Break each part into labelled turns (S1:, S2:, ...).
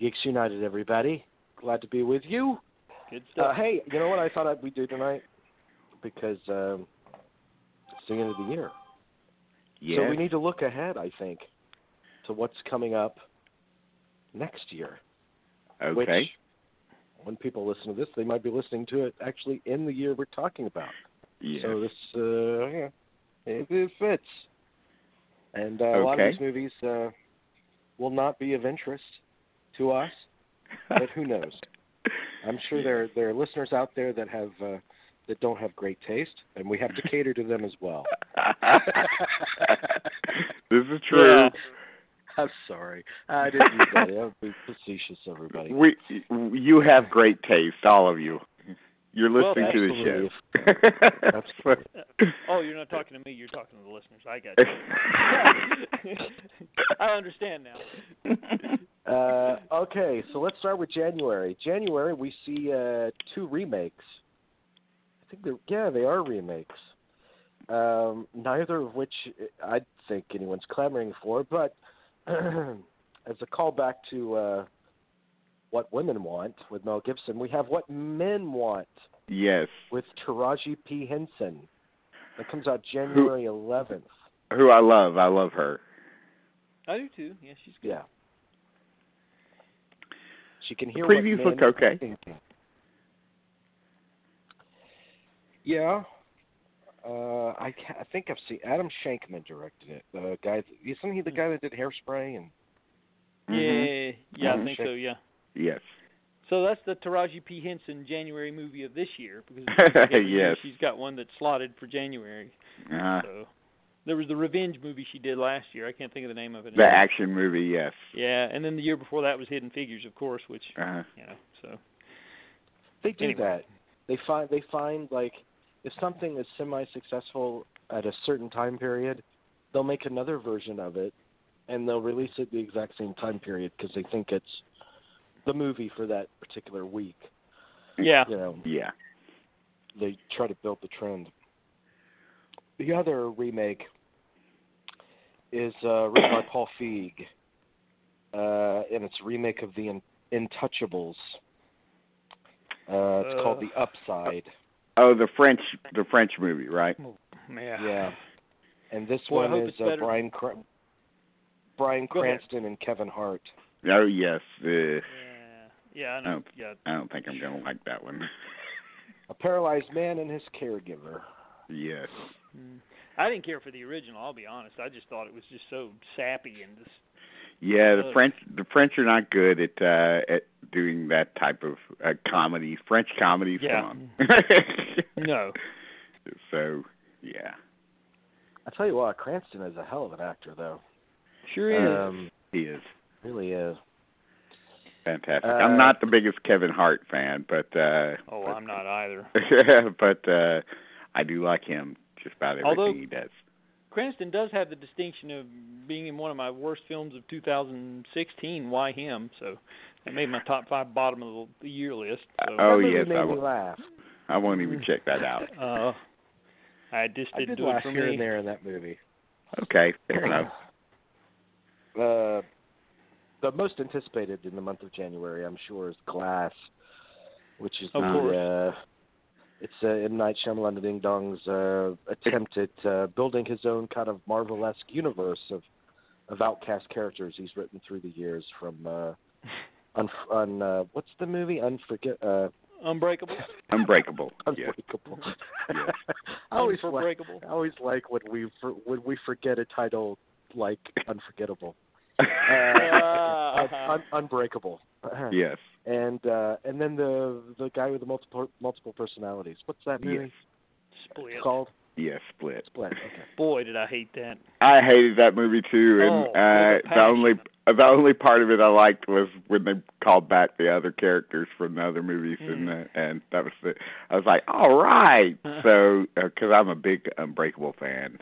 S1: Geeks United, everybody. Glad to be with you.
S2: Good
S1: Uh,
S2: stuff.
S1: hey, you know what I thought I'd- we'd do tonight? Because um, it's the end of the year.
S3: Yeah.
S1: So we need to look ahead, I think, to what's coming up next year.
S3: okay.
S1: Which, when people listen to this, they might be listening to it actually in the year we're talking about.
S3: yeah.
S1: So this, uh, yeah, it, it fits. And uh, a lot
S3: Okay.
S1: of these movies uh, will not be of interest to us, but who knows? I'm sure there there are listeners out there that have uh, that don't have great taste, and we have to cater to them as well.
S3: this is true.
S1: I'm sorry, I didn't mean that. That would be facetious, everybody.
S3: We you have great taste, all of you. You're
S2: Well,
S3: listening to the
S1: absolutely.
S3: show.
S1: Absolutely.
S2: oh, you're not talking to me. You're talking to the listeners. I got you. I understand now.
S1: Uh, okay, so let's start with January. January, we see uh, two remakes. I think they're yeah, they are remakes. Um, neither of which I think anyone's clamoring for, but as a callback to uh, what women want with Mel Gibson, we have what men want
S3: yes.
S1: with Taraji P Henson. That comes out January 11th.
S3: Who I love. I love her.
S2: I do too. Yeah, she's good.
S1: Yeah. She can
S3: The
S1: hear.
S3: previews
S1: what men
S3: look okay.
S1: are thinking. Yeah. Uh, I ca- I think I've seen Adam Shankman directed it. The guy, isn't he the guy that did Hairspray and
S2: Yeah,
S3: Mhm.
S2: yeah, yeah, yeah, I
S3: Mhm.
S2: think so. Yeah.
S3: Yes.
S2: So that's the Taraji P Henson January movie of this year because every year
S3: Yes.
S2: she's got one that's slotted for January.
S3: Uh,
S2: So there was the revenge movie she did last year. I can't think of the name of it.
S3: the
S2: anymore.
S3: action movie. Yes.
S2: Yeah, and then the year before that was Hidden Figures, of course, which
S3: Uh,
S2: you know. So
S1: They do
S2: Anyway.
S1: that. They find they find like if something is semi successful at a certain time period, they'll make another version of it and they'll release it the exact same time period because they think it's the movie for that particular week.
S2: yeah,
S1: You know,
S3: yeah.
S1: they try to build the trend. The other remake is uh, written by Paul Feig, uh, and it's a remake of The In- Intouchables. Uh, it's called The Upside.
S3: Oh, the French, the French movie, right?
S2: yeah,
S1: Yeah. And this
S2: Well, I
S1: one
S2: hope
S1: is
S2: it's
S1: uh,
S2: better-
S1: Brian Cra- Brian
S2: Go ahead.
S1: Cranston and Kevin Hart.
S3: Oh, yes. Uh,
S2: Yeah, yeah, I know. Yeah,
S3: I don't think I'm gonna like that one.
S1: A paralyzed man and his caregiver.
S3: yes.
S2: Mm. I didn't care for the original. I'll be honest. I just thought it was just so sappy and just
S3: Yeah, the
S2: Ugh.
S3: French, the French are not good at uh at doing that type of uh, comedy. French comedies,
S2: Yeah.
S3: come on.
S2: no.
S3: So, yeah,
S1: I tell you what, Cranston is a hell of an actor, though.
S2: Sure is.
S1: Um,
S3: he is
S1: really is.
S3: fantastic.
S1: Uh,
S3: I'm not the biggest Kevin Hart fan, but uh
S2: oh,
S3: but,
S2: I'm not either.
S3: but uh I do like him just about everything
S2: Although-
S3: he does.
S2: Cranston does have the distinction of being in one of my worst films of 2016. Why him? So that made my top five, bottom of the year list. So,
S3: Oh,
S1: that movie
S3: yes,
S1: made
S3: I
S1: me
S3: wa-
S1: laugh.
S3: I won't even check that out.
S2: Uh, I just
S1: I
S2: didn't
S1: did
S2: do it
S1: laugh
S2: for
S1: here
S2: me.
S1: and there in that movie.
S3: Okay, fair enough.
S1: Uh, the most anticipated in the month of January, I'm sure, is Glass, which is
S2: Of
S1: the
S2: course.
S1: uh, it's uh, M Night Shyamalan Ding Dong's uh, attempt at uh, building his own kind of Marvel-esque universe of of outcast characters he's written through the years from uh, un, un uh, what's the movie Unforget uh,
S2: Unbreakable.
S3: Unbreakable. Yeah.
S1: Unbreakable.
S3: Yeah.
S1: I always like
S2: Unbreakable.
S1: I always like when we for, when we forget a title like unforgettable, Uh, un, un, unbreakable.
S3: yes.
S1: And uh, and then the the guy with the multiple multiple personalities. What's that
S3: Yes.
S1: movie
S2: Split.
S1: called?
S3: Yes, split.
S1: Split. Okay.
S2: Boy, did I hate that.
S3: I hated that movie too, and
S2: Oh, with a
S3: uh, the only
S2: passion.
S3: the only part of it I liked was when they called back the other characters from the other movies, and
S2: Mm.
S3: uh, and that was the I was like, all right, so because I'm a big Unbreakable fan,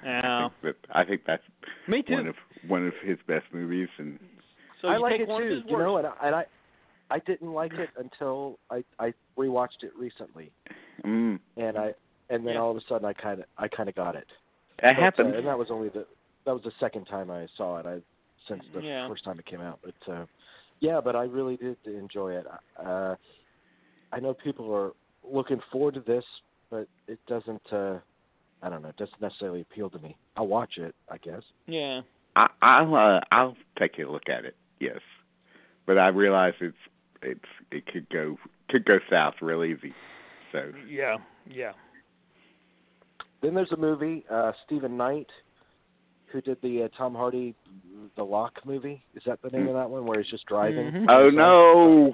S3: I
S2: Yeah.
S3: think that I think that's
S2: Me too.
S3: one of one of his best movies, and
S2: so
S1: I
S2: you
S1: like
S2: take
S1: it
S2: one of
S1: too.
S2: his
S1: You
S2: worst.
S1: know, and I, and I I didn't like it until I I rewatched it recently,
S3: mm,
S1: and I and then
S2: Yeah.
S1: all of a sudden I kind of I kind of got it. But,
S3: that
S1: uh,
S3: happens.
S1: and that was only the that was the second time I saw it. I since the
S2: Yeah.
S1: first time it came out, but uh, Yeah, but I really did enjoy it. Uh, I know people are looking forward to this, but it doesn't. Uh, I don't know. It doesn't necessarily appeal to me. I'll watch it, I guess.
S2: Yeah.
S3: I, I'll uh, I'll take a look at it. Yes, but I realize it's it's it could go could go south real easy. So
S2: Yeah. Yeah.
S1: Then there's a movie, uh, Stephen Knight, who did the uh, Tom Hardy, the Lock movie. Is that the name
S2: Hmm.
S1: of that one where he's just driving?
S2: Mhm.
S3: oh no.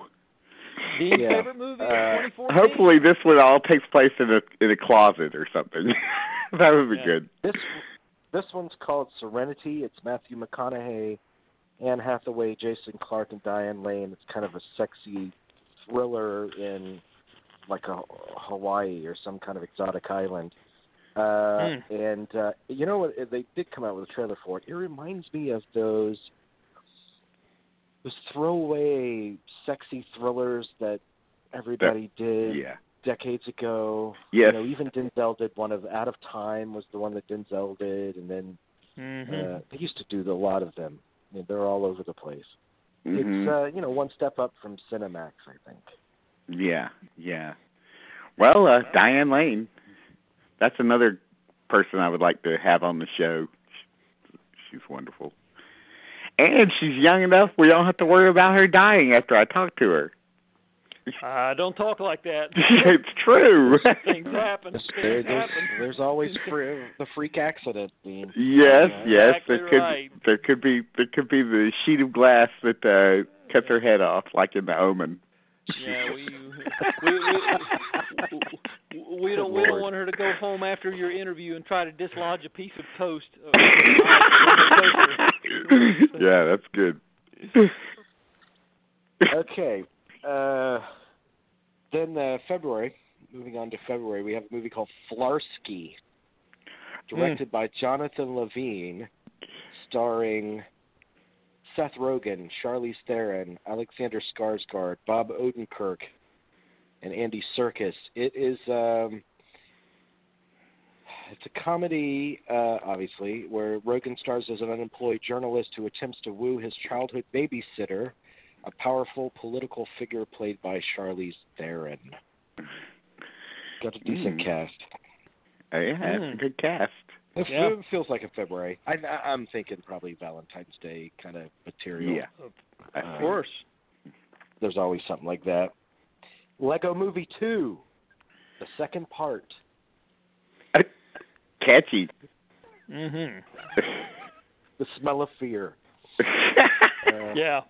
S2: Dean's
S1: Yeah.
S2: favorite movie of
S1: Uh,
S2: 2014?
S3: Hopefully this one all takes place in a in a closet or something. that would be
S2: Yeah.
S3: good.
S1: This this one's called Serenity. It's Matthew McConaughey, Anne Hathaway, Jason Clark, and Diane Lane. It's kind of a sexy thriller in like a Hawaii or some kind of exotic island. Uh,
S2: Hmm.
S1: And uh, you know what? They did come out with a trailer for it. It reminds me of those those throwaway sexy thrillers that everybody did
S3: Yeah.
S1: decades ago.
S3: Yes.
S1: You know, even Denzel did one of Out of Time was the one that Denzel did, and then
S2: Mhm.
S1: uh, they used to do a lot of them. I mean, they're all over the place.
S3: Mhm.
S1: It's uh, you know one step up from Cinemax, I think.
S3: yeah. Yeah. Well, uh, Diane Lane. That's another person I would like to have on the show. She's wonderful. And she's young enough we don't have to worry about her dying after I talk to her.
S2: Uh, don't talk like that.
S3: it's true.
S2: Things happen. Things
S1: There- there's,
S2: happen.
S1: there's always free, the freak accident, Dean.
S3: Yes,
S1: Yeah,
S3: yes.
S2: exactly
S3: there could
S2: right.
S3: there could be there could be the sheet of glass that uh cuts her head off like in the omen.
S2: Yeah, we we, we, we, we don't we
S1: Lord.
S2: don't want her to go home after your interview and try to dislodge a piece of toast. uh,
S3: yeah, that's good.
S1: okay. Uh, then uh, February. Moving on to February, we have a movie called Flarsky, directed by Jonathan Levine, starring Seth Rogen, Charlize Theron, Alexander Skarsgård, Bob Odenkirk, and Andy Serkis. It is um, it's a comedy, uh, obviously, where Rogen stars as an unemployed journalist who attempts to woo his childhood babysitter, a powerful political figure played by Charlize Theron. Got a decent
S3: Mm.
S1: cast.
S3: Uh, yeah, that's a
S2: Mm.
S3: good cast.
S1: It
S2: Yeah.
S1: fe- feels like in February. I, I, I'm thinking probably Valentine's Day kind of material.
S3: Yeah. I
S1: Uh,
S2: Of
S3: think.
S2: course.
S1: There's always something like that. Lego Movie 2, the second part.
S3: Catchy.
S2: Mhm.
S1: The Smell of Fear. Uh,
S2: Yeah.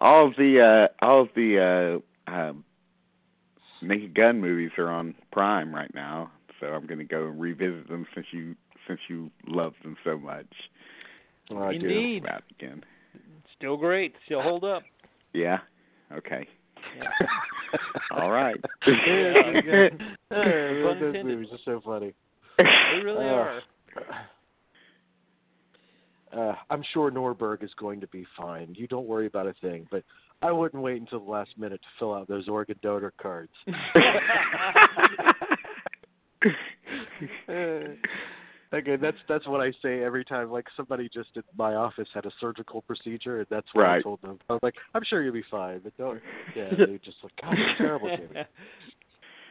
S3: all of the uh all of the uh um Naked Gun movies are on Prime right now, so I'm gonna go and revisit them since you since you love them so much.
S1: oh, I do.
S2: Indeed.
S3: About again.
S2: Still great. Still hold up.
S3: Yeah. Okay.
S2: Yeah.
S3: All right.
S1: Yeah, yeah.
S2: Pun
S1: Those
S2: intended.
S1: movies are so funny.
S2: They really
S1: Uh,
S2: are.
S1: Uh, I'm sure Norberg is going to be fine. You don't worry about a thing, but I wouldn't wait until the last minute to fill out those organ donor cards. Okay, that's that's what I say every time. Like somebody just at my office had a surgical procedure, and that's what I
S3: Right.
S1: told them. I was like, I'm sure you'll be fine, but don't. Yeah, they were just like, God, it's terrible, Jimmy.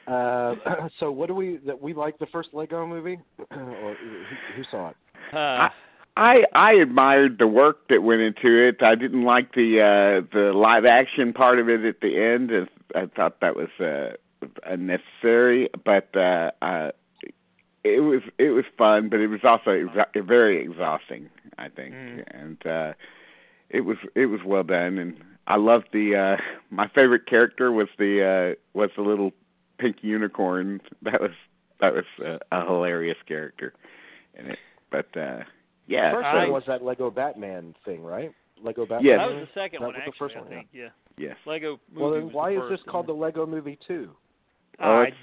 S1: Uh, so what do we that we like the first Lego movie, or who, who saw it?
S2: Uh,
S3: I I admired the work that went into it. I didn't like the uh the live action part of it at the end. and I thought that was uh unnecessary, but uh uh it was it was fun, but it was also exa- very exhausting, I think.
S2: Mm.
S3: And uh it was it was well done and I loved the uh my favorite character was the uh was the little pink unicorn. That was that was uh, a hilarious character in it. But uh yeah.
S1: first
S2: I-
S1: one was that Lego Batman thing, right? Lego Batman.
S3: Yes.
S2: That was the second
S1: That was
S2: one.
S1: the
S2: actually,
S1: first one,
S2: I think. Yeah.
S3: yes.
S2: Lego movie.
S1: Well,
S2: was
S1: then
S2: the
S1: why is
S2: first
S1: this called the
S2: one.
S1: Lego Movie Two?
S3: Oh,
S2: I-
S3: it's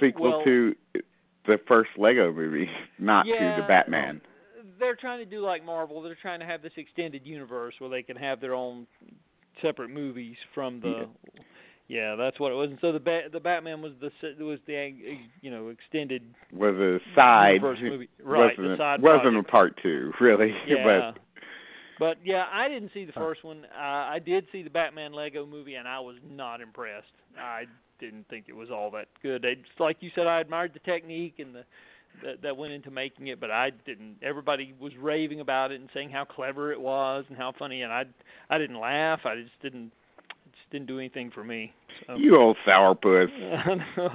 S3: sequel
S2: well-
S3: to the first Lego movie, not to
S2: Yeah.
S3: the Batman.
S2: they're trying to do like Marvel. They're trying to have this extended universe where they can have their own separate movies from the. Yeah, that's what it was. And so the ba- the Batman was the se- was the eh, you know extended
S3: Was a side
S2: universe movie, right?
S3: wasn't
S2: the side
S3: a, wasn't a
S2: project.
S3: part two, really.
S2: yeah.
S3: But
S2: But yeah, I didn't see the first one. Uh, I did see the Batman Lego movie, and I was not impressed. I didn't think it was all that good. It's like you said, I admired the technique and the that, that went into making it, but I didn't. Everybody was raving about it and saying how clever it was and how funny, and I I didn't laugh. I just didn't it just didn't do anything for me. So.
S3: You old sourpuss.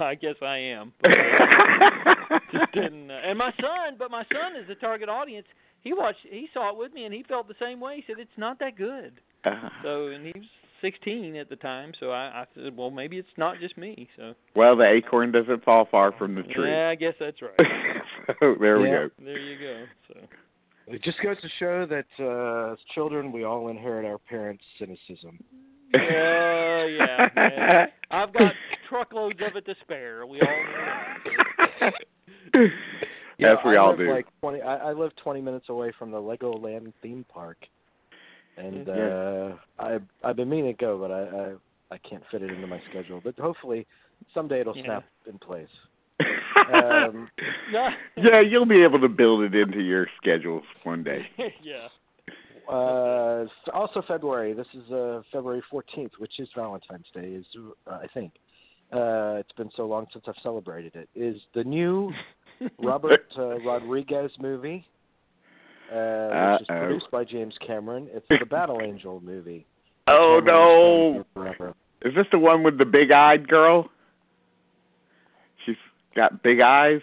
S2: I guess I am. But, uh, just didn't. Uh, and my son, but my son is the target audience. He watched, he saw it with me, and he felt the same way. He said it's not that good.
S3: Uh,
S2: So, and he was 16 at the time. So I, I said, well, maybe it's not just me. So
S3: well, the acorn doesn't fall far from the tree.
S2: yeah, I guess that's right.
S3: so there we
S1: Yeah.
S3: go.
S2: there you go. So
S1: It just goes to show that uh, as children, we all inherit our parents' cynicism.
S2: yeah, yeah. yeah. I've got truckloads of it to spare. We all know. that.
S1: You
S3: As
S1: know,
S3: we
S1: I
S3: all
S1: live
S3: do.
S1: Like 20, I, I live 20 minutes away from the Legoland theme park, and
S3: Yeah.
S1: uh, I I've been meaning to go, but I, I I can't fit it into my schedule. But hopefully someday it'll
S2: Yeah.
S1: snap in place. Um,
S3: yeah, you'll be able to build it into your schedules one day.
S2: yeah.
S1: uh, also February. This is uh, February 14th, which is Valentine's Day. Is uh, I think uh, it's been so long since I've celebrated it. Is the new Robert uh, Rodriguez movie, uh, which is
S3: Uh-oh.
S1: produced by James Cameron. It's the Battle Angel movie.
S3: Oh no!
S1: Cameron's been doing forever.
S3: Is this the one with the big-eyed girl? She's got big eyes.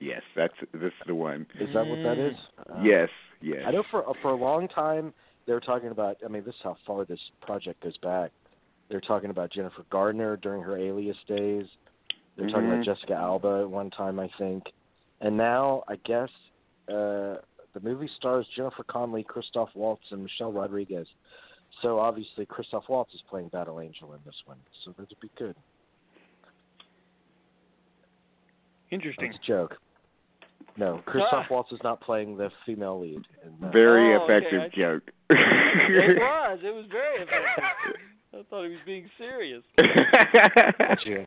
S3: Yes, that's this is the one.
S1: Is that what that is? Uh,
S3: yes, yes.
S1: I know for for a long time they were talking about. I mean, this is how far this project goes back. They're talking about Jennifer Gardner during her Alias days. They're talking
S3: Mhm.
S1: about Jessica Alba at one time, I think. And now, I guess uh, the movie stars Jennifer Connelly, Christoph Waltz, and Michelle Rodriguez. So obviously, Christoph Waltz is playing Battle Angel in this one. So that would be good.
S2: Interesting.
S1: That's a joke. No, Christoph
S3: Ah.
S1: Waltz uh, is not playing the female lead. In that.
S3: Very
S2: Oh, okay,
S3: effective
S2: I-
S3: joke.
S2: it was. It was very effective. I thought he was being serious.
S1: Well, Ja-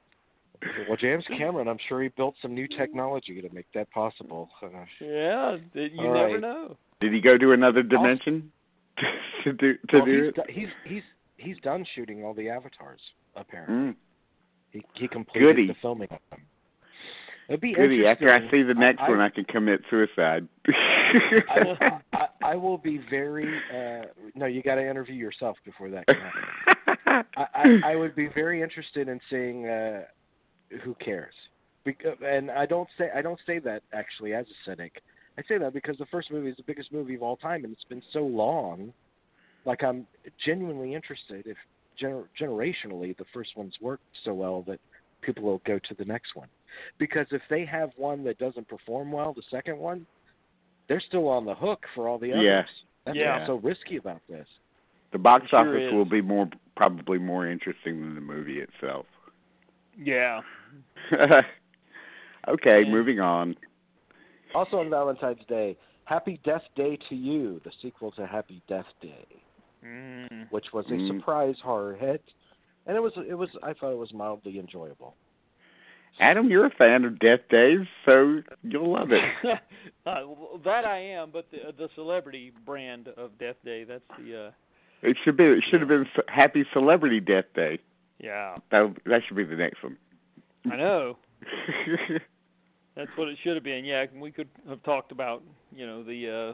S1: Well, James Cameron, I'm sure he built some new technology to make that possible. Uh,
S2: Yeah, that you
S1: All
S2: never
S1: right.
S2: know.
S3: Did he go to another dimension to do to
S1: well,
S3: do
S1: he's,
S3: it?
S1: do- he's he's he's done shooting all the avatars. Apparently,
S3: Mm.
S1: he he completed
S3: Goody.
S1: the filming of them. It'd be
S3: Goody. After I
S1: interesting.
S3: see the next
S1: I-
S3: one, I can commit suicide.
S1: I, I, I will be very. Uh, no, you got to interview yourself before that. Can happen. I, I I would be very interested in seeing uh, who cares. Because, and I don't say I don't say that actually as a cynic. I say that because the first movie is the biggest movie of all time, and it's been so long. Like I'm genuinely interested if gener- generationally the first one's worked so well that people will go to the next one. Because if they have one that doesn't perform well, the second one, they're still on the hook for all the others.
S3: Yeah.
S1: That's
S2: Yeah.
S1: what's so risky about this.
S3: the box
S2: Sure
S3: office
S2: is.
S3: will be more probably more interesting than the movie itself.
S2: Yeah.
S3: okay,
S2: Yeah.
S3: moving on.
S1: Also on Valentine's Day, Happy Death Day to You, the sequel to Happy Death Day,
S2: Mm.
S1: which was a
S3: Mm.
S1: surprise horror hit, and it was it was I thought it was mildly enjoyable.
S3: Adam, you're a fan of Death Days, so you'll love it.
S2: uh, well, that I am, but the uh, the celebrity brand of Death Day. That's the uh,
S3: It should be. It should have been Ce- Happy Celebrity Death Day.
S2: uh, yeah.
S3: That that should be the next one.
S2: I know. That's what it should have been. Yeah, we could have talked about you know the uh,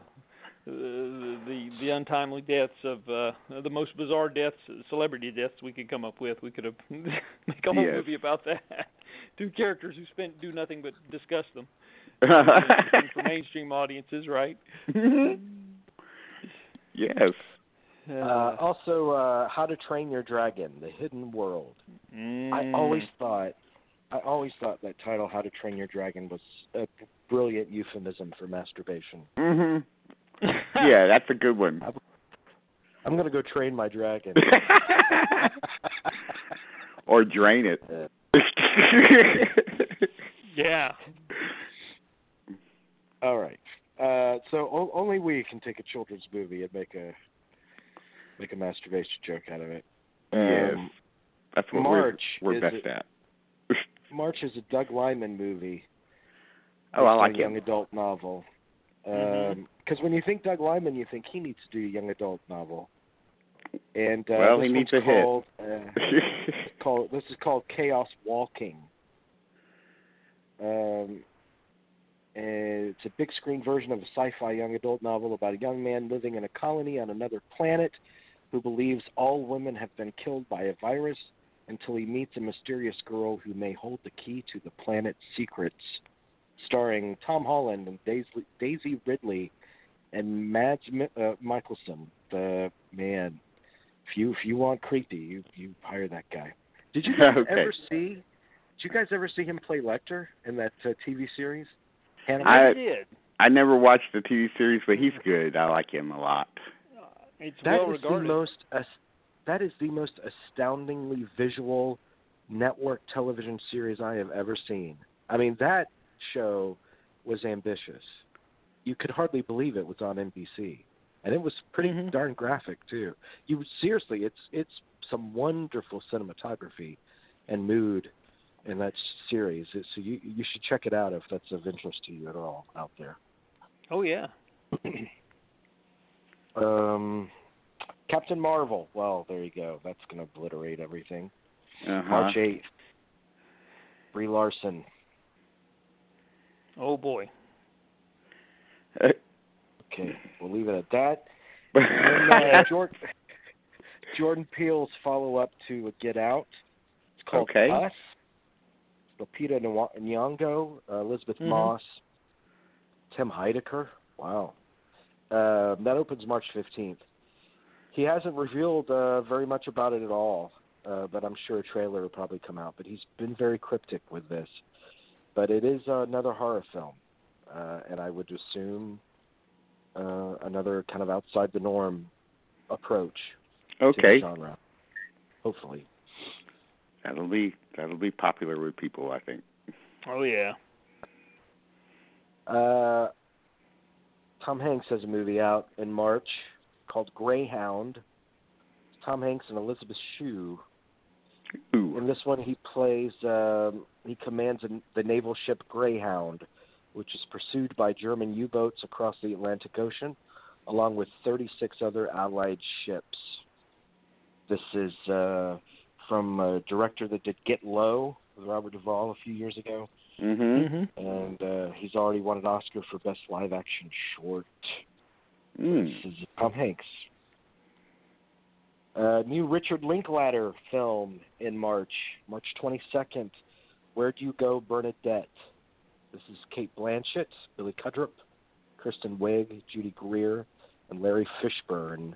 S2: the the, the untimely deaths of uh, the most bizarre deaths, celebrity deaths we could come up with. We could have make a whole
S3: Yes.
S2: movie about that. Two characters who spent do nothing but discuss them for mainstream audiences, right?
S3: yes.
S1: Uh, also, uh, How to Train Your Dragon: The Hidden World.
S2: Mm.
S1: I always thought, I always thought that title, How to Train Your Dragon, was a brilliant euphemism for masturbation.
S3: Mhm. Yeah, that's a good one.
S1: I'm gonna go train my dragon.
S3: or drain it.
S1: Uh,
S2: yeah.
S1: All right. Uh, so o- only we can take a children's movie and make a make a masturbation joke out of it.
S3: yes.
S1: Um,
S3: That's what
S1: March
S3: we're, we're
S1: is
S3: best
S1: it-
S3: at.
S1: March is a Doug Lyman movie. based
S3: oh, I
S1: on
S3: Oh, like
S1: a young
S3: it.
S1: adult novel. Because when you think Doug Lyman, you think he needs to do a young adult novel. And uh,
S3: Well,
S1: this
S3: he needs
S1: one's
S3: a hit.
S1: called, Uh, called this is called Chaos Walking. Um, and it's a big screen version of a sci-fi young adult novel about a young man living in a colony on another planet who believes all women have been killed by a virus until he meets a mysterious girl who may hold the key to the planet's secrets. Starring Tom Holland and Daisy, Daisy Ridley and Mads Mi- uh, Michelson. The man, if you if you want creepy, you you hire that guy. Did you guys
S3: Okay.
S1: ever see? Did you guys ever see him play Lecter in that uh, TV series? Hannibal?
S3: I-
S4: I did.
S3: I never watched the TV series, but he's good. I like him a lot.
S4: Uh, It's
S1: That
S4: well
S1: is
S4: regarded.
S1: the most as- that is the most astoundingly visual network television series I have ever seen. I mean, that show was ambitious. You could hardly believe it was on NBC, and it was pretty
S4: Mhm.
S1: darn graphic too. You seriously, it's it's some wonderful cinematography and mood in that series. So you you should check it out if that's of interest to you at all out there.
S4: oh yeah.
S1: Um, Captain Marvel. Well, there you go. That's going to obliterate everything.
S3: Uh-huh.
S1: March 8th. Brie Larson.
S4: Oh boy.
S1: Okay, we'll leave it at that. And, uh, Jordan, Jordan Peele's follow up to Get Out. It's called
S3: Okay.
S1: Us. Lupita Nyong- Nyong'o, uh, Elizabeth
S4: Mhm.
S1: Moss, Tim Heidecker. Wow. Uh, that opens March 15th. He hasn't revealed uh, very much about it at all, uh, but I'm sure a trailer will probably come out. But he's been very cryptic with this. But it is another horror film, uh, and I would assume uh, another kind of outside the norm approach to the
S3: okay.
S1: genre. Hopefully.
S3: That'll be that'll be popular with people, I think.
S4: Oh yeah.
S1: Uh, Tom Hanks has a movie out in March called Greyhound. Tom Hanks and Elizabeth Shue.
S3: Ooh.
S1: In this one, he plays um, he commands an, the naval ship Greyhound, which is pursued by German U-boats across the Atlantic Ocean, along with 36 other Allied ships. This is uh, from a director that did Get Low with Robert Duvall a few years ago
S3: Mhm.
S1: and uh, he's already won an Oscar for Best Live Action Short.
S3: Mm.
S1: This is Tom Hanks. Uh, new Richard Linklater film in March, March 22nd. Where do you go, Bernadette? This is Kate Blanchett, Billy Cudrup, Kristen Wiig, Judy Greer, and Larry Fishburne.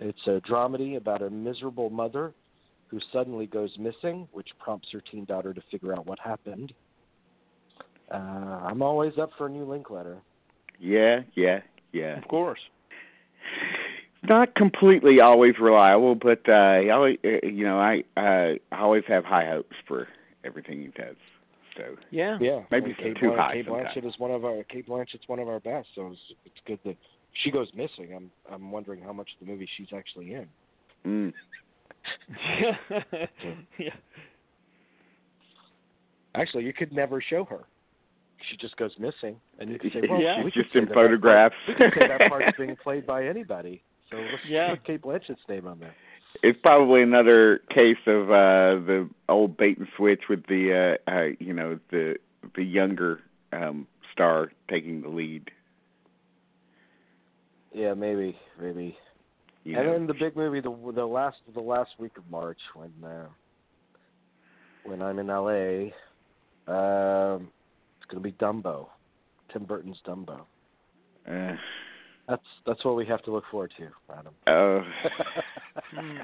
S1: It's a dramedy about a miserable mother who suddenly goes missing, which prompts her teen daughter to figure out what happened. Uh, I'm always up for a new Linklater.
S3: Yeah, yeah, yeah.
S4: Of course.
S3: Not completely always reliable, but uh, he always, uh, you know, I uh, I always have high hopes for everything he does. So
S4: Yeah.
S1: Yeah,
S3: Maybe
S1: and
S3: it's
S1: Kate
S3: too
S1: Blan-
S3: high
S1: Kate
S3: sometimes.
S1: Blanchett is one of our Kate Blanchett's one of our best, so it's, it's good that she goes missing. I'm I'm wondering how much of the movie she's actually in.
S3: mm.
S4: yeah.
S1: Actually, you could never show her. She just goes missing, and you could say, "Well,
S4: Yeah.
S1: we could
S3: she's just
S1: say
S3: in
S1: that that part-
S3: photographs.
S1: we could say that part's being played by anybody. So let's
S4: Yeah.
S1: put Kate Blanchett's name on there.
S3: It's probably another case of uh the old bait and switch with the uh, uh you know the the younger um star taking the lead.
S1: Yeah, maybe, maybe.
S3: You
S1: and
S3: know.
S1: then the big movie, the the last the last week of March when uh, when I'm in LA, um, it's gonna be Dumbo, Tim Burton's Dumbo.
S3: Uh,
S1: That's that's what we have to look forward to, Adam.
S3: oh.
S4: Hmm.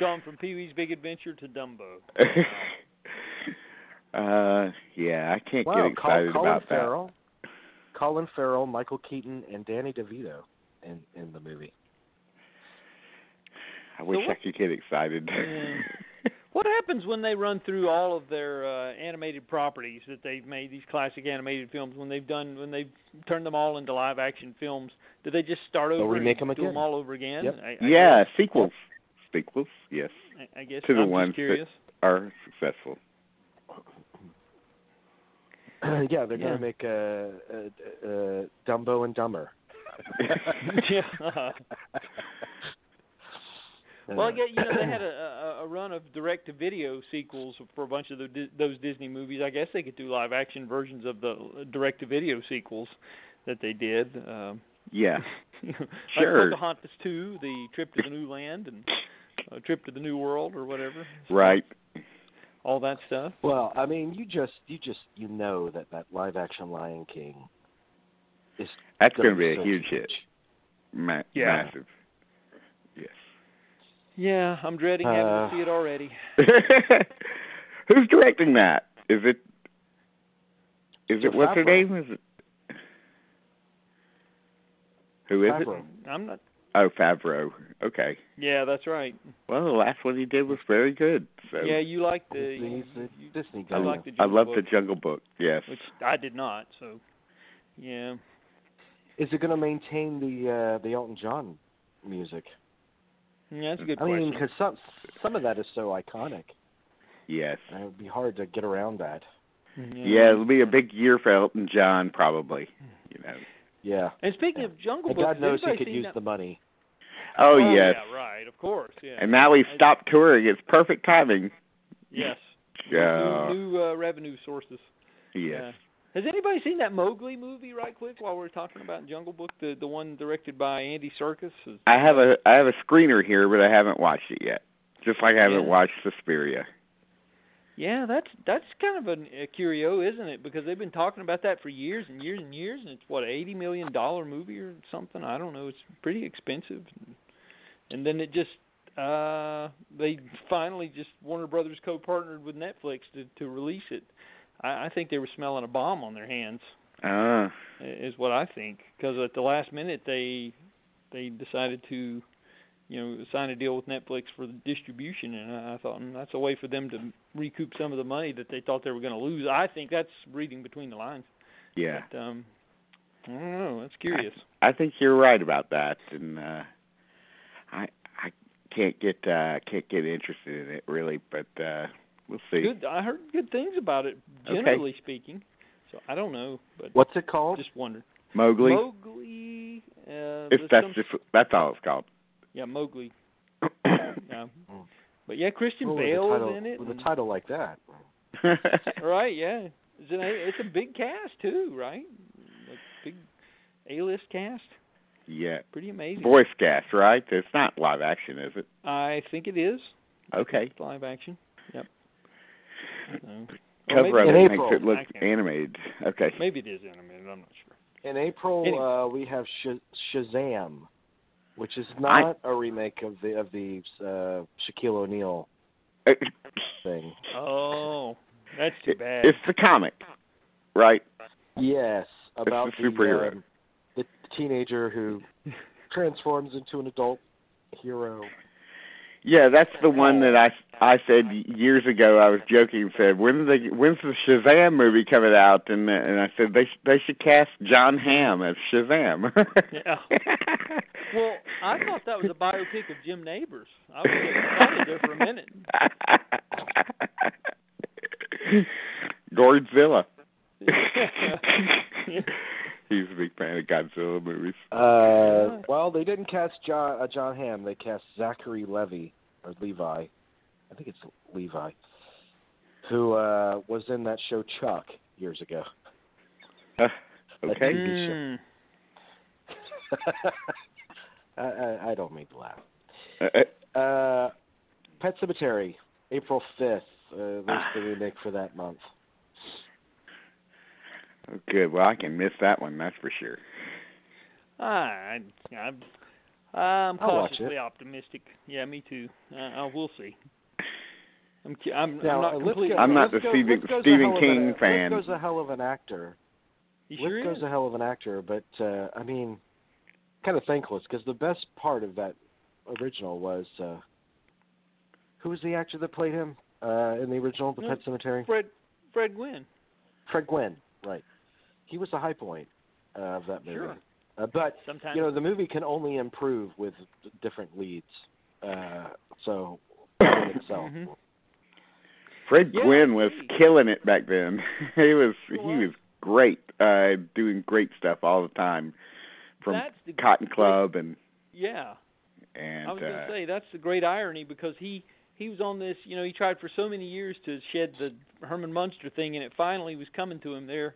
S4: Gone from Pee Wee's Big Adventure to Dumbo.
S3: uh, yeah, I can't
S1: wow,
S3: get
S1: Col-
S3: excited
S1: Colin
S3: about that.
S1: Farrell, Colin Farrell, Michael Keaton, and Danny DeVito in in the movie.
S3: I wish I
S4: what-
S3: could get excited.
S4: Yeah. What happens when they run through all of their uh, animated properties that they've made these classic animated films when they've done when they've turned them all into live action films? Do they just start
S1: They'll
S4: over
S1: remake
S4: and
S1: 'em
S4: do
S1: again.
S4: them all over again?
S1: Yep.
S4: I, I
S3: yeah, sequels. Sequels, yes,
S4: guess, I, I guess
S3: To the
S4: I'm
S3: ones
S4: just curious.
S3: that- are successful. yeah, they're
S1: Yeah.
S3: gonna make a, a, a Dumbo and Dumber.
S1: yeah. Well, I get you know they had a, a, a run of direct-to-video sequels for a bunch of the, Di- those Disney movies. I guess they could do live-action versions of the direct-to-video sequels that they did. Um,
S2: yeah.
S1: like
S2: Sure.
S1: Pocahontas 2, the trip to the new land, and uh, trip to the new world, or whatever.
S2: Right.
S1: All that stuff.
S3: Well, I mean, you just you just you know that that live action Lion King is
S2: That's
S3: gonna
S2: going to be
S3: so
S2: a huge hit. Ma-
S1: Yeah.
S2: Massive. Yes.
S1: Yeah, I'm dreading having
S3: Uh,
S1: to see it already.
S2: Who's directing that? Is it? Is it
S3: Jill
S2: what's her
S3: Favreau.
S2: name? Is it? Who is
S3: Favreau.
S1: I'm not.
S2: it? Oh, Favreau. Okay.
S1: Yeah, that's right.
S2: Well, the last one he did was very good. So
S1: Yeah, you like the.
S3: He's
S1: you-
S3: a Disney guy.
S1: I like the
S2: I
S1: Jungle
S2: love
S1: Book,
S2: the Jungle Book. Yes.
S1: which I did not. So, yeah.
S3: Is it going to maintain the uh, the Elton John music?
S1: Yeah, that's a good
S3: I
S1: question.
S3: mean, because some some of that is so iconic,
S2: yes.
S3: and it would be hard to get around that.
S1: Yeah.
S2: Yeah, it'll be a big year for Elton John, probably. You know.
S3: Yeah,
S1: And speaking of Jungle
S3: and
S1: Book,
S3: God
S1: has
S3: knows he
S1: anybody
S3: could
S1: seen
S3: use
S1: that-
S3: the money.
S2: Oh,
S1: yeah,
S2: yes.
S1: right, of course, yeah.
S2: And now he's
S1: I-
S2: stopped touring. It's perfect timing.
S1: Yes.
S2: Yeah.
S1: New, new uh, revenue sources.
S2: Yes.
S1: Yeah. Has anybody seen that Mowgli movie? Right quick, while we're talking about Jungle Book, the the one directed by Andy Serkis. Is,
S2: I have a I have a screener here, but I haven't watched it yet. Just like I haven't
S1: Yeah.
S2: watched Suspiria.
S1: yeah, that's that's kind of an, a curio, isn't it? Because they've been talking about that for years and years and years, and it's what an eighty million dollar movie or something. I don't know. It's pretty expensive. And then it just uh they finally just Warner Brothers co-partnered with Netflix to to release it. I, I think they were smelling a bomb on their hands.
S2: Ah.
S1: is what I think. Because at the last minute, they they decided to, you know, sign a deal with Netflix for the distribution, and I, I thought mm, that's a way for them to recoup some of the money that they thought they were going to lose. I think that's reading between the lines.
S2: yeah.
S1: But, um, I don't know. That's curious.
S2: I think you're right about that, and uh, I I can't get uh, can't get interested in it really, but uh, we'll see.
S1: Good. I heard good things about it,
S2: Okay.
S1: generally speaking. So I don't know, but
S3: What's it called?
S1: just wondered.
S2: Mowgli.
S1: Mowgli. Uh,
S2: if
S1: the
S2: that's
S1: some-
S2: just that's all it's called.
S1: yeah, Mowgli. Yeah.
S3: Mm.
S1: But yeah, Christian
S3: Oh, with a
S1: Bale
S3: title-
S1: is in it.
S3: with
S1: and-
S3: a title like that.
S1: Right, yeah. It's, an, it's a big cast too, right? Like big A-list cast.
S2: yeah.
S1: Pretty amazing.
S2: Voice cast, right? It's not live action, is it?
S1: I think it is
S2: Okay.
S1: live action. Yep. So, or
S2: Cover of
S3: In
S1: maybe,
S2: it
S3: April.
S2: makes it look
S1: I can't-
S2: animated. Okay.
S1: maybe it is animated. I'm not sure.
S3: In April,
S1: Anyway.
S3: uh, we have Sh- Shazam, which is not a remake of the of the uh, Shaquille O'Neal thing.
S1: Oh, that's too bad.
S2: It's the comic, right?
S3: Yes, about
S2: the superhero.
S3: The, um, the teenager who transforms into an adult hero.
S2: Yeah, that's the one that I I said years ago. I was joking. Said when the when's the Shazam movie coming out? And and I said they sh- they should cast John Hamm as Shazam.
S1: Yeah. Well, I thought that was a biopic of Jim Neighbors. I was excited there for a minute.
S2: Gordzilla.
S1: Yeah.
S2: He's a big fan of Godzilla movies.
S3: Uh, well, they didn't cast John, uh, John Hamm. They cast Zachary Levy or Levi. I think it's Levi, who uh, was in that show Chuck years ago.
S2: Uh, okay.
S1: Hmm.
S3: I, I, I don't mean to laugh.
S2: Uh,
S3: Uh, Pet Cemetery, April fifth. Uh, there's the remake for that month.
S2: oh, good. Well, I can miss that one. That's for sure.
S1: I, I'm, I'm
S3: I'll watch it.
S1: cautiously optimistic. Yeah, me too. I, I will see. I'm, cu- I'm,
S3: Now,
S1: I'm not
S3: uh,
S1: completely.
S3: Lithgow-
S2: I'm not the
S3: Lithgow's-
S2: Stephen-
S3: Lithgow's a
S2: Stephen
S3: hell of
S2: King
S3: an,
S2: fan.
S3: Lithgow's a hell of an actor.
S1: You sure
S3: Lithgow's
S1: is?
S3: a hell of an actor, but uh, I mean, kind of thankless because the best part of that original was uh, who was the actor that played him uh, in the original, The
S1: Hmm.
S3: Pet Cemetery?
S1: Fred, Fred Gwynn.
S3: Fred Gwynn, right? He was the high point uh, of that movie.
S1: Sure.
S3: Uh, but
S1: Sometimes.
S3: you know, the movie can only improve with d-
S1: Mm-hmm.
S3: different leads. Uh, so it excel.
S1: Mhm.
S2: Fred
S1: Yeah,
S2: Gwynn was
S1: indeed.
S2: killing it back then. he was he
S1: He was.
S2: was great, uh doing great stuff all the time from
S1: that's the
S2: Cotton Club and
S1: Yeah,
S2: and
S1: I was
S2: uh,
S1: gonna say that's the great irony because he he was on this. You know, he tried for so many years to shed the Herman Munster thing, and it finally was coming to him there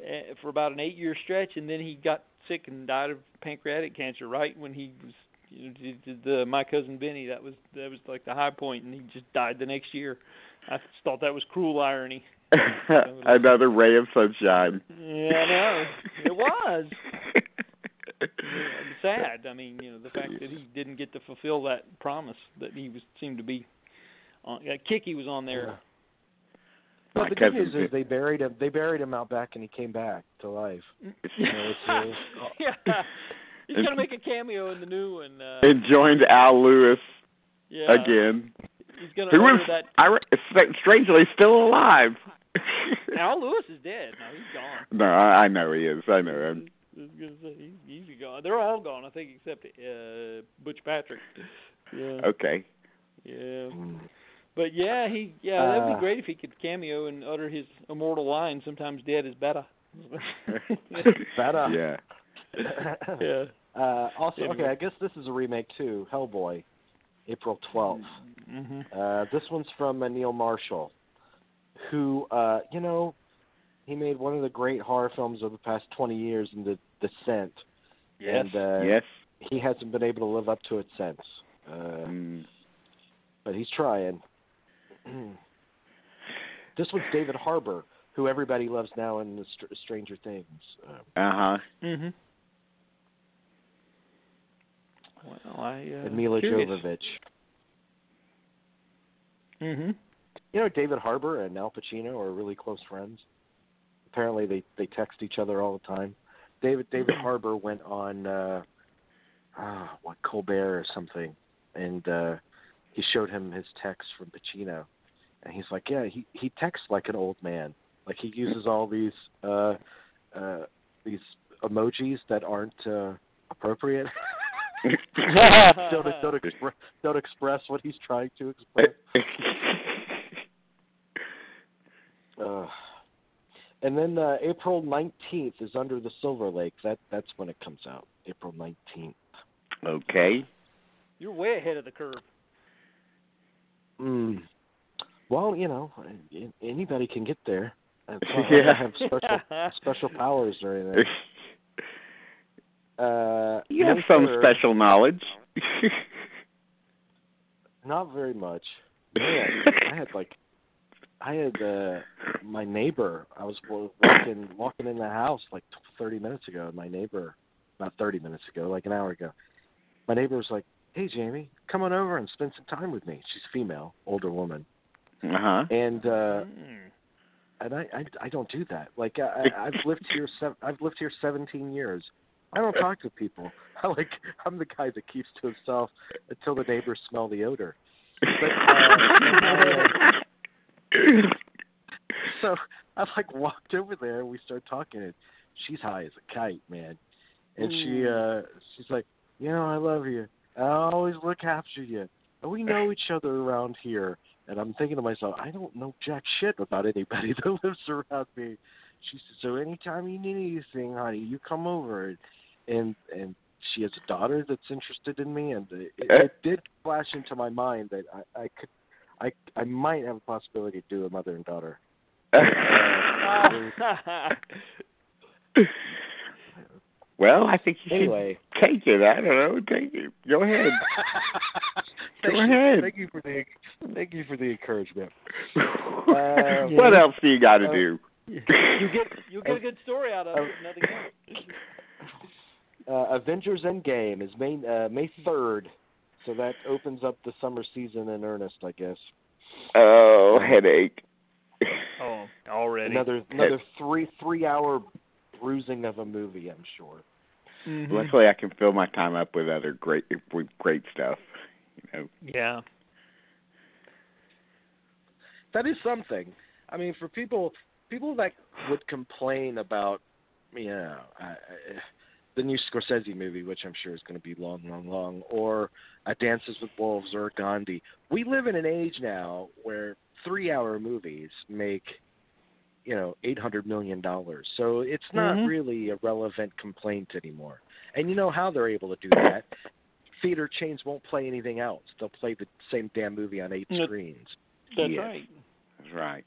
S1: uh, for about an eight-year stretch, and then he got sick and died of pancreatic cancer right when he was. You know, did- did the my cousin Benny. That was that was like the high point, and he just died the next year. I thought that was cruel irony.
S2: uh, another ray of sunshine.
S1: Yeah, I know it was. I'm sad. I mean, you know, the fact that he didn't get to fulfill that promise that he was seemed to be on. Uh, Kiki was on there.
S2: My
S3: But the good
S2: cousin
S3: news
S2: did.
S3: is they buried him. They buried him out back, and he came back to life. know, it's, uh,
S1: Mm. yeah, he's gonna make a cameo in the new one. Uh,
S2: And joined Al Lewis
S1: yeah,
S2: again,
S1: He's gonna
S2: who
S1: order
S2: was
S1: that.
S2: I, re- strangely still alive.
S1: Al Lewis is dead. No, he's gone.
S2: no, I, I know he is. I know him.
S1: I was gonna say he's, he's gone. They're all gone, I think, except uh, Butch Patrick.
S3: Mm.
S1: Yeah.
S2: Okay.
S1: Yeah. But yeah, he yeah, that'd
S3: Uh,
S1: be great if he could cameo and utter his immortal line. Sometimes dead is better.
S3: Better.
S2: Yeah.
S1: yeah.
S3: Uh, also,
S1: Anyway.
S3: okay, I guess this is a remake too. Hellboy, April twelfth.
S1: Mhm.
S3: Uh, this one's from uh, Neil Marshall, who uh, you know, he made one of the great horror films of the past twenty years, in The Descent,
S1: Yes.
S3: and uh,
S2: yes.
S3: he hasn't been able to live up to it since. Uh,
S2: Mm.
S3: but he's trying. this one's David Harbour, who everybody loves now in the Str- Stranger Things. Uh,
S2: Uh huh.
S1: Mhm. Well, I uh,
S3: and Mila
S1: curious.
S3: Jovovich.
S1: Mhm.
S3: You know, David Harbour and Al Pacino are really close friends. Apparently, they they text each other all the time. David David Harbour went on uh, uh, what Colbert or something, and uh, he showed him his text from Pacino, and he's like, yeah, he he texts like an old man. Like he uses all these uh, uh, these emojis that aren't uh, appropriate. don't don't, expre- don't express what he's trying to express. Uh, and then uh, April 19th is Under the Silver Lake. That that's when it comes out. April 19th.
S2: okay.
S1: You're way ahead of the curve.
S2: Hmm.
S3: Mm. Well, you know, a- anybody can get there. It's not like
S2: Yeah.
S3: I have special special powers or anything. Uh,
S2: You have
S3: May
S2: some
S3: 3rd,
S2: special knowledge.
S3: Not very much. Man, I had like, I had uh, my neighbor. I was wa- walking walking in the house like 30 minutes ago, and my neighbor, not 30 minutes ago, like an hour ago. My neighbor was like, "Hey, Jamie, come on over and spend some time with me." She's female, older woman,
S2: Uh-huh.
S3: and uh,
S1: Mm.
S3: and I, I I don't do that. Like I, I I've lived here sev- I've lived here 17 years. I don't talk to people. I like I'm the guy that keeps to himself until the neighbors smell the odor. so I like walked over there and we started talking and she's high as a kite, man. And she uh she's like, You know, I love you. I always look after you. And we know each other around here and I'm thinking to myself, I don't know jack shit about anybody that lives around me. She said, So anytime you need anything, honey, you come over and and she has a daughter that's interested in me and it, it did flash into my mind that I, I could I I might have a possibility to do a mother and daughter.
S2: well, I think you
S3: Anyway.
S2: should take it. I don't know. Take it. Go ahead.
S3: thank,
S2: Go
S3: you,
S2: ahead.
S3: thank you for the thank you for the encouragement.
S2: what
S3: yeah.
S2: else do you got to
S3: Uh,
S2: do?
S1: you get you get a good story out of it. if Nothing else.
S3: Uh, Avengers Endgame is May uh, May third, so that opens up the summer season in earnest, I guess.
S2: Oh, headache.
S1: Oh, already.
S3: Another another three three hour bruising of a movie, I'm sure.
S1: Mhm.
S2: Luckily, I can fill my time up with other great with great stuff. You know.
S1: Yeah.
S3: That is something. I mean, for people people that would complain about, you know, I, I- uh, the new Scorsese movie, which I'm sure is going to be long, long, long, or a Dances with Wolves or Gandhi. We live in an age now where three-hour movies make you know eight hundred million dollars. So it's not
S1: Mhm.
S3: really a relevant complaint anymore. And you know how they're able to do that. Theater chains won't play anything else. They'll play the same damn movie on eight
S1: No.
S3: screens.
S1: That's
S2: Yes.
S1: right.
S2: That's right.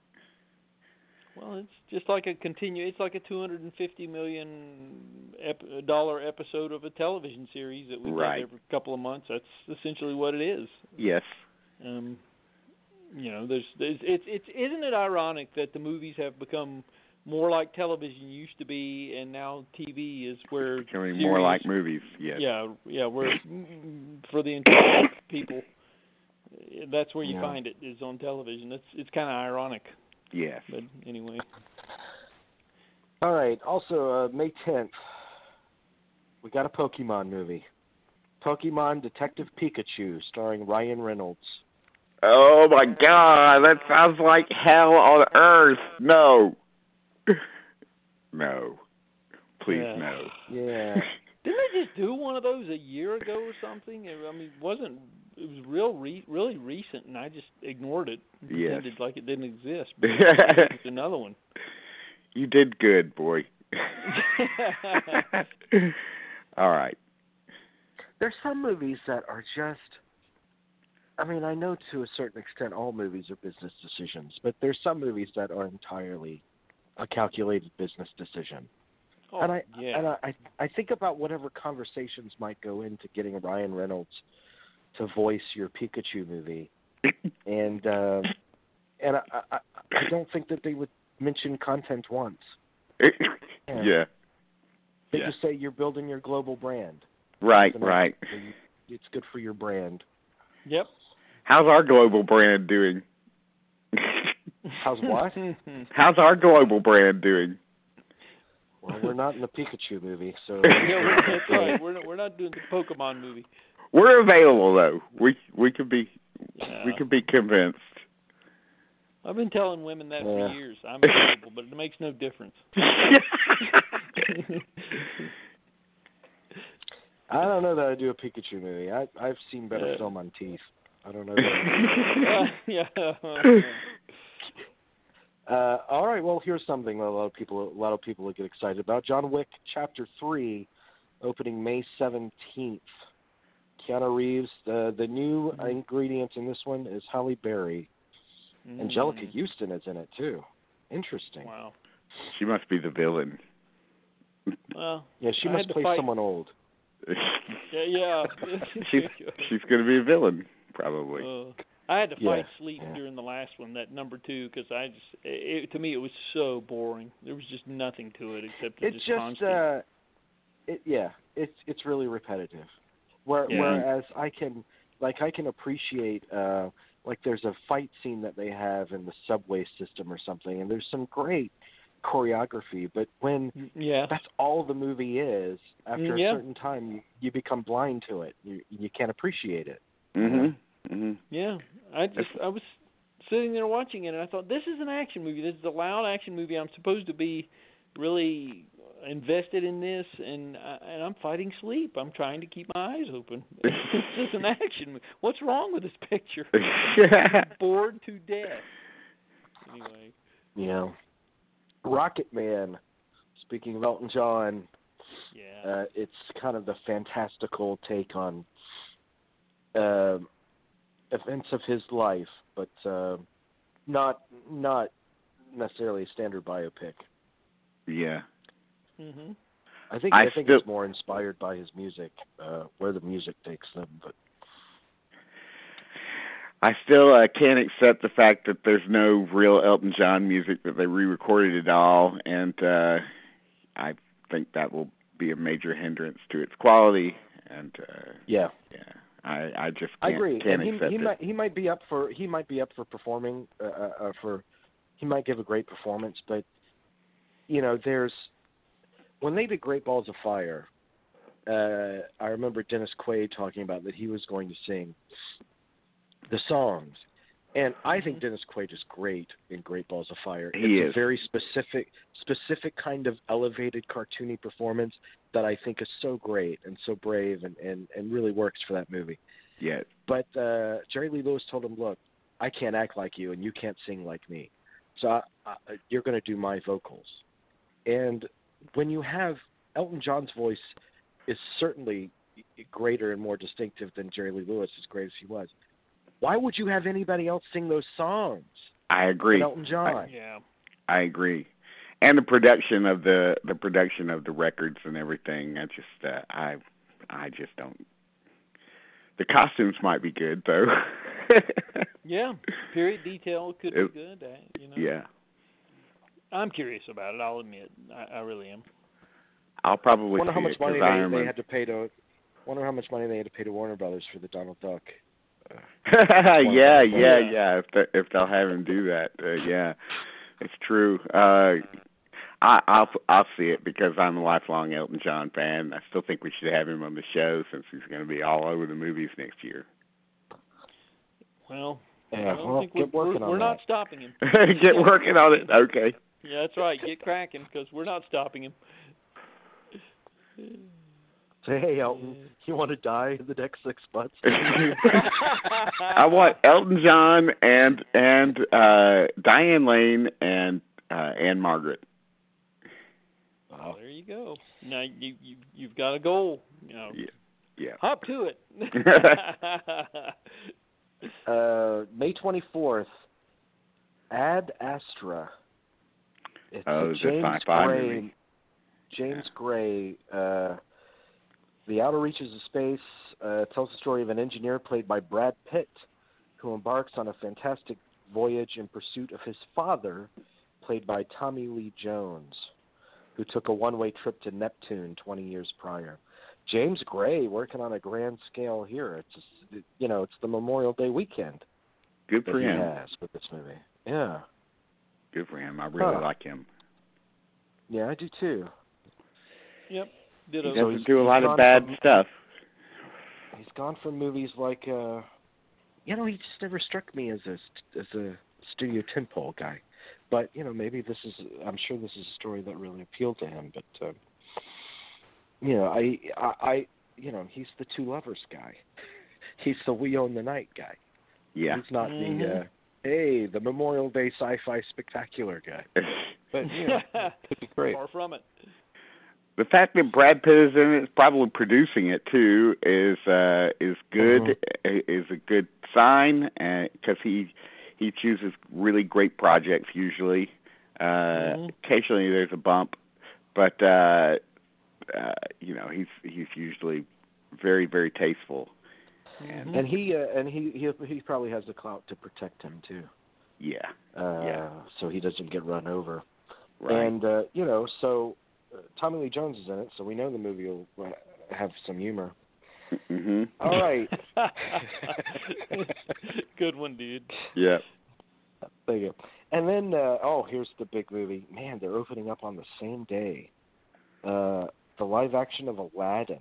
S1: Well, it's just like a continue. It's like a two hundred and fifty million ep- dollar episode of a television series that we get
S2: Right.
S1: every couple of months. That's essentially what it is.
S2: Yes.
S1: Um, you know, there's, there's it's it's isn't it ironic that the movies have become more like television used to be, and now TV is where
S2: Becoming
S1: series,
S2: more like movies. Yes.
S1: yeah yeah where mm, for the entire people that's where you
S3: Yeah.
S1: find it is on television. It's it's kind of ironic,
S2: Yes.
S1: but anyway.
S3: All right. Also, uh, May 10th, we got a Pokemon movie. Pokemon Detective Pikachu, starring Ryan Reynolds.
S2: Oh my God, that sounds like hell on earth. No. no. Please
S1: Yeah.
S2: no.
S3: Yeah.
S1: Didn't they just do one of those a year ago or something? I mean, it wasn't it was real re- really recent, and I just ignored it, and
S2: Yes.
S1: pretended like it didn't exist. But it's another one.
S2: you did good, boy. All right.
S3: There's some movies that are just. I mean, I know to a certain extent all movies are business decisions, but there's some movies that are entirely a calculated business decision.
S1: Oh,
S3: and I
S1: yeah,
S3: and I I- I think about whatever conversations might go into getting Ryan Reynolds to voice your Pikachu movie, and uh, and I, I I don't think that they would mention content once.
S2: yeah.
S3: They
S2: Yeah.
S3: just say you're building your global brand.
S2: Right,
S3: It's an-
S2: right.
S3: It's good for your brand.
S1: yep.
S2: How's our global brand doing?
S3: How's what?
S2: How's our global brand doing?
S3: well, we're not in the Pikachu movie, so
S1: yeah, we're, that's right. We're not, we're not doing the Pokemon movie.
S2: We're available though. We we could be
S1: Yeah.
S2: we could be convinced.
S1: Uh, I've been telling women that for
S3: Yeah.
S1: years. I'm available, but it makes no difference.
S3: I don't know that I do a Pikachu movie. I I've seen better
S1: Yeah.
S3: film on teeth. I don't know. That.
S1: Uh, yeah.
S3: Uh, all right. Well, here's something that a lot of people a lot of people will get excited about. John Wick Chapter Three, opening May 17th. Keanu Reeves. The the new
S1: Mhm.
S3: ingredient in this one is Halle Berry. Angelica
S1: Mm.
S3: Houston is in it too. Interesting.
S1: Wow.
S2: she must be the villain.
S1: Well,
S3: Yeah, she
S1: I had
S3: must
S1: to
S3: play
S1: fight-
S3: someone old.
S1: Yeah, yeah.
S2: she's she's gonna be a villain probably.
S1: Uh, I had to
S3: Yeah,
S1: fight sleep
S3: yeah.
S1: during the last one, that number two, because I just it, it- to me it was so boring. There was just nothing to it except it
S3: It's just
S1: constant.
S3: uh, it yeah, it's it's really repetitive. Where,
S1: Yeah.
S3: Whereas I can like I can appreciate uh, like there's a fight scene that they have in the subway system or something, and there's some great choreography. But when
S1: Mm, yeah.
S3: that's all the movie is, after
S1: Yeah.
S3: a certain time, you, you become blind to it. You you can't appreciate it. Mm.
S2: Mhm. Mhm.
S1: Yeah, I just
S2: That's-
S1: I was sitting there watching it, and I thought this is an action movie. This is a loud action movie. I'm supposed to be really invested in this, and I, and I'm fighting sleep. I'm trying to keep my eyes open. this is an action movie. What's wrong with this picture?
S2: Mm-hmm.
S1: Bored to death. Anyway,
S3: You know, Rocket Man. Speaking of Elton John,
S1: yeah.
S3: uh, it's kind of the fantastical take on um events of his life, but uh, not not necessarily a standard biopic.
S2: yeah.
S3: Mm-hmm.
S1: hmm
S3: I think I,
S2: I
S3: think
S2: still-
S3: it's more inspired by his music, uh, where the music takes them. But
S2: I still uh, can't accept the fact that there's no real Elton John music that they re-recorded it all, and uh, I think that will be a major hindrance to its quality. And uh,
S3: yeah,
S2: yeah, I I just can't,
S3: I agree.
S2: can't
S3: and he,
S2: accept
S3: he
S2: it.
S3: might he might be up for he might be up for performing uh, uh, uh, for he might give a great performance, but you know, there's when they did Great Balls of Fire. Uh, I remember Dennis Quaid talking about that he was going to sing the songs, And I think Dennis Quaid is great in Great Balls of Fire.
S2: Mm-hmm. He
S3: it's
S2: is.
S3: a very specific specific kind of elevated cartoony performance that I think is so great and so brave and, and, and really works for that movie.
S2: Yes.
S3: But uh, Jerry Lee Lewis told him, "Look, I can't act like you, and you can't sing like me, so I, I, you're going to do my vocals." And when you have Elton John's voice, is certainly greater and more distinctive than Jerry Lee Lewis, as great as he was. Why would you have anybody else sing those songs?
S2: I
S3: but
S2: agree.
S3: Elton John.
S1: Yeah.
S2: I agree. And the production of the the production of the records and everything. I just uh, I I just don't. The costumes might be good though.
S1: Yeah. Period detail could
S2: It-
S1: be good. uh, You know.
S2: yeah.
S1: I'm curious about it. I'll admit, I, I really am.
S2: I'll probably
S3: wonder how
S2: see
S3: much
S2: it 'cause
S3: money
S2: Iron
S3: they, they
S2: Man-
S3: had to pay to. Wonder how much money they had to pay to Warner Brothers for the Donald Duck.
S2: yeah,
S3: Wonderful.
S2: yeah,
S1: Yeah.
S2: yeah. If they, if they'll have him do that, uh, yeah, it's true. Uh, I, I'll I'll see it because I'm a lifelong Elton John fan. I still think we should have him on the show since he's going to be all over the movies next year.
S1: Well, I
S3: Yeah,
S1: don't
S3: well,
S1: think
S3: get
S1: we're,
S3: working
S1: we're,
S3: on
S1: we're
S3: that.
S1: not stopping him.
S2: Get working on it. Okay.
S1: Yeah, that's right. Get cracking because we're not stopping him.
S3: Say, hey, Elton, you want to die in the next six months?
S2: I want Elton John and and uh Diane Lane and uh Anne Margaret.
S3: Wow.
S1: There you go. Now you you you've got a goal. You know,
S2: Yeah. Yeah.
S1: hop to it.
S3: Uh, May 24th, Ad Astra. It's
S2: Oh,
S3: a
S2: is it
S3: James
S2: sci-fi
S3: Gray.
S2: movie?
S3: James Gray. Uh, the Outer Reaches of Space uh, tells the story of an engineer played by Brad Pitt, who embarks on a fantastic voyage in pursuit of his father, played by Tommy Lee Jones, who took a one-way trip to Neptune 20 years prior. James Gray working on a grand scale here. It's just, it- you know, it's the Memorial Day weekend
S2: Good
S3: that
S2: for
S3: he
S2: him.
S3: has with this movie. Yeah,
S2: Good for him. I really
S3: Huh.
S2: like him.
S3: yeah, I do too.
S1: yep. Did
S2: He
S1: a
S3: So
S2: doesn't
S3: he's-
S2: do a
S3: he's
S2: lot of
S3: gone
S2: bad
S3: from-
S2: stuff.
S3: He's gone from movies like, uh you know, he just never struck me as a st- as a studio tinpole guy. But you know, maybe this is. I'm sure this is a story that really appealed to him. But uh, you know, I, I, I, you know, he's the two lovers guy. He's the we own the night guy.
S2: Yeah.
S3: He's not
S1: Mm-hmm.
S3: the uh, hey the Memorial Day sci-fi spectacular guy. But you know, it'd be great.
S1: Far from it.
S2: the fact that Brad Pitt is in it, is probably producing it too, is uh, is good.
S3: Mm-hmm.
S2: Is a good sign because he he chooses really great projects usually. Uh,
S3: Mm-hmm.
S1: Mhm.
S2: Occasionally there's a bump, but uh, uh, you know he's he's usually very very tasteful.
S1: Mhm.
S3: And he uh, and he he he probably has the clout to protect him too.
S2: Yeah,
S3: Uh,
S2: Yeah.
S3: So he doesn't get run over.
S2: right.
S3: And uh, you know, so uh, Tommy Lee Jones is in it, so we know the movie will uh, have some humor.
S2: hmm
S3: All right.
S1: Good one, dude.
S2: Yeah.
S3: There you go. And then, uh, oh, here's the big movie. Man, they're opening up on the same day. Uh, the live action of Aladdin.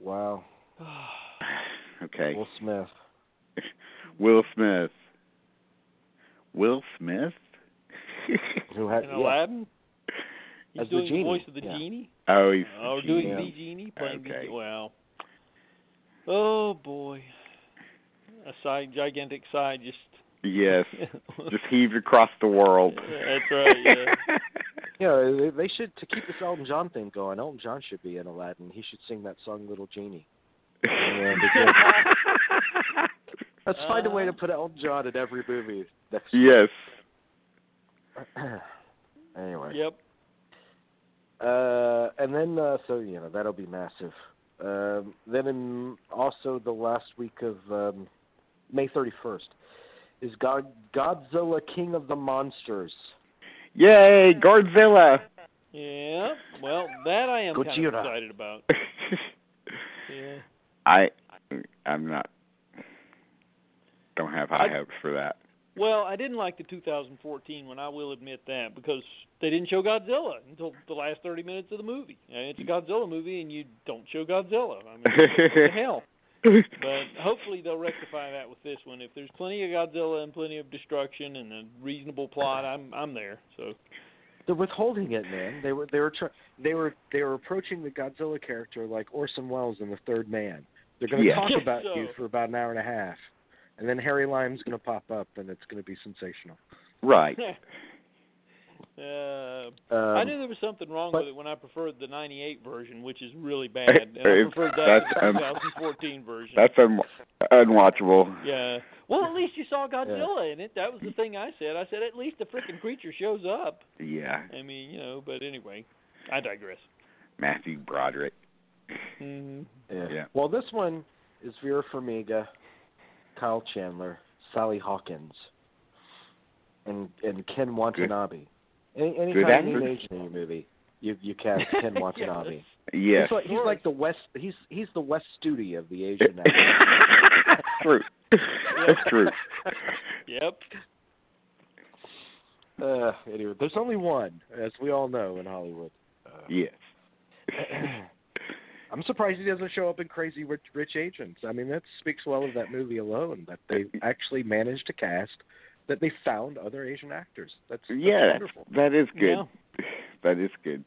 S3: Wow,
S2: Okay.
S3: Will Smith.
S2: Will Smith. Will Smith.
S3: Who had
S1: And
S3: Uh, yeah,
S1: Aladdin. He's
S3: As the
S1: doing
S3: genie,
S1: voice of the
S3: yeah.
S1: genie.
S2: oh, he's
S1: Oh, doing
S3: Yeah.
S1: the genie, playing the
S2: Okay.
S1: genie. Wow. Oh boy. A side, gigantic side, just.
S2: Yes. Just heaved across the world.
S1: That's right, yeah.
S3: yeah, they- they should to keep this Elton John thing going. Elton John should be in Aladdin. He should sing that song, Little Genie. Yeah, Let's find a way to put Elton John in every movie next year.
S2: yes.
S3: anyway.
S1: yep.
S3: Uh, and then, uh, so, you know, that'll be massive. Um, then in also the last week of um, May 31st is God, Godzilla King of the Monsters.
S2: Yay, Godzilla.
S1: Yeah. Well, that I am kind of
S3: Gojira.
S1: excited about. Yeah.
S2: I I'm not don't have high
S1: I-
S2: hopes for that.
S1: Well, I didn't like the 2014 one. I will admit that because they didn't show Godzilla until the last 30 minutes of the movie. And it's a Godzilla movie, and you don't show Godzilla. I mean, what the hell? But hopefully they'll rectify that with this one. If there's plenty of Godzilla and plenty of destruction and a reasonable plot, I'm I'm there. So
S3: They're withholding it, man. They were they were tr- they were they were approaching the Godzilla character like Orson Welles in The Third Man. They're going to
S2: Yeah.
S3: talk
S1: Yeah,
S3: about
S1: so-
S3: you for about an hour and a half, and then Harry Lime's going to pop up, and it's going to be sensational.
S2: right.
S1: uh,
S3: Um,
S1: I knew there was something wrong
S3: but-
S1: with it when I preferred the '98 version, which is really bad, and I
S2: It's-
S1: preferred that
S2: that's,
S1: to the
S2: um,
S1: 2014 version.
S2: That's un- unwatchable.
S1: yeah. Well, at least you saw Godzilla in it. That was the thing I said. I said at least the freaking creature shows up.
S2: Yeah,
S1: I mean, you know. But anyway, I digress.
S2: Matthew Broderick.
S1: hmm
S3: Yeah.
S2: Yeah.
S3: Well, this one is Vera Farmiga, Kyle Chandler, Sally Hawkins, and and Ken Watanabe. Any any
S2: Good
S3: time you need
S2: actors.
S3: Asian in your movie, you you cast Ken
S1: Yes.
S3: Watanabe.
S2: Yes.
S3: He's like he's like the West. He's he's the West Studi of the Asian. actor.
S2: true. That's true.
S1: Yep.
S3: Uh, anyway, there's only one, as we all know in Hollywood.
S2: Yes.
S3: I'm surprised he doesn't show up in Crazy Rich, Rich Agents. I mean, that speaks well of that movie alone that they actually managed to cast, that they found other Asian actors. That's, that's
S2: Yeah,
S3: wonderful.
S2: that is good.
S1: Yeah.
S2: That is good.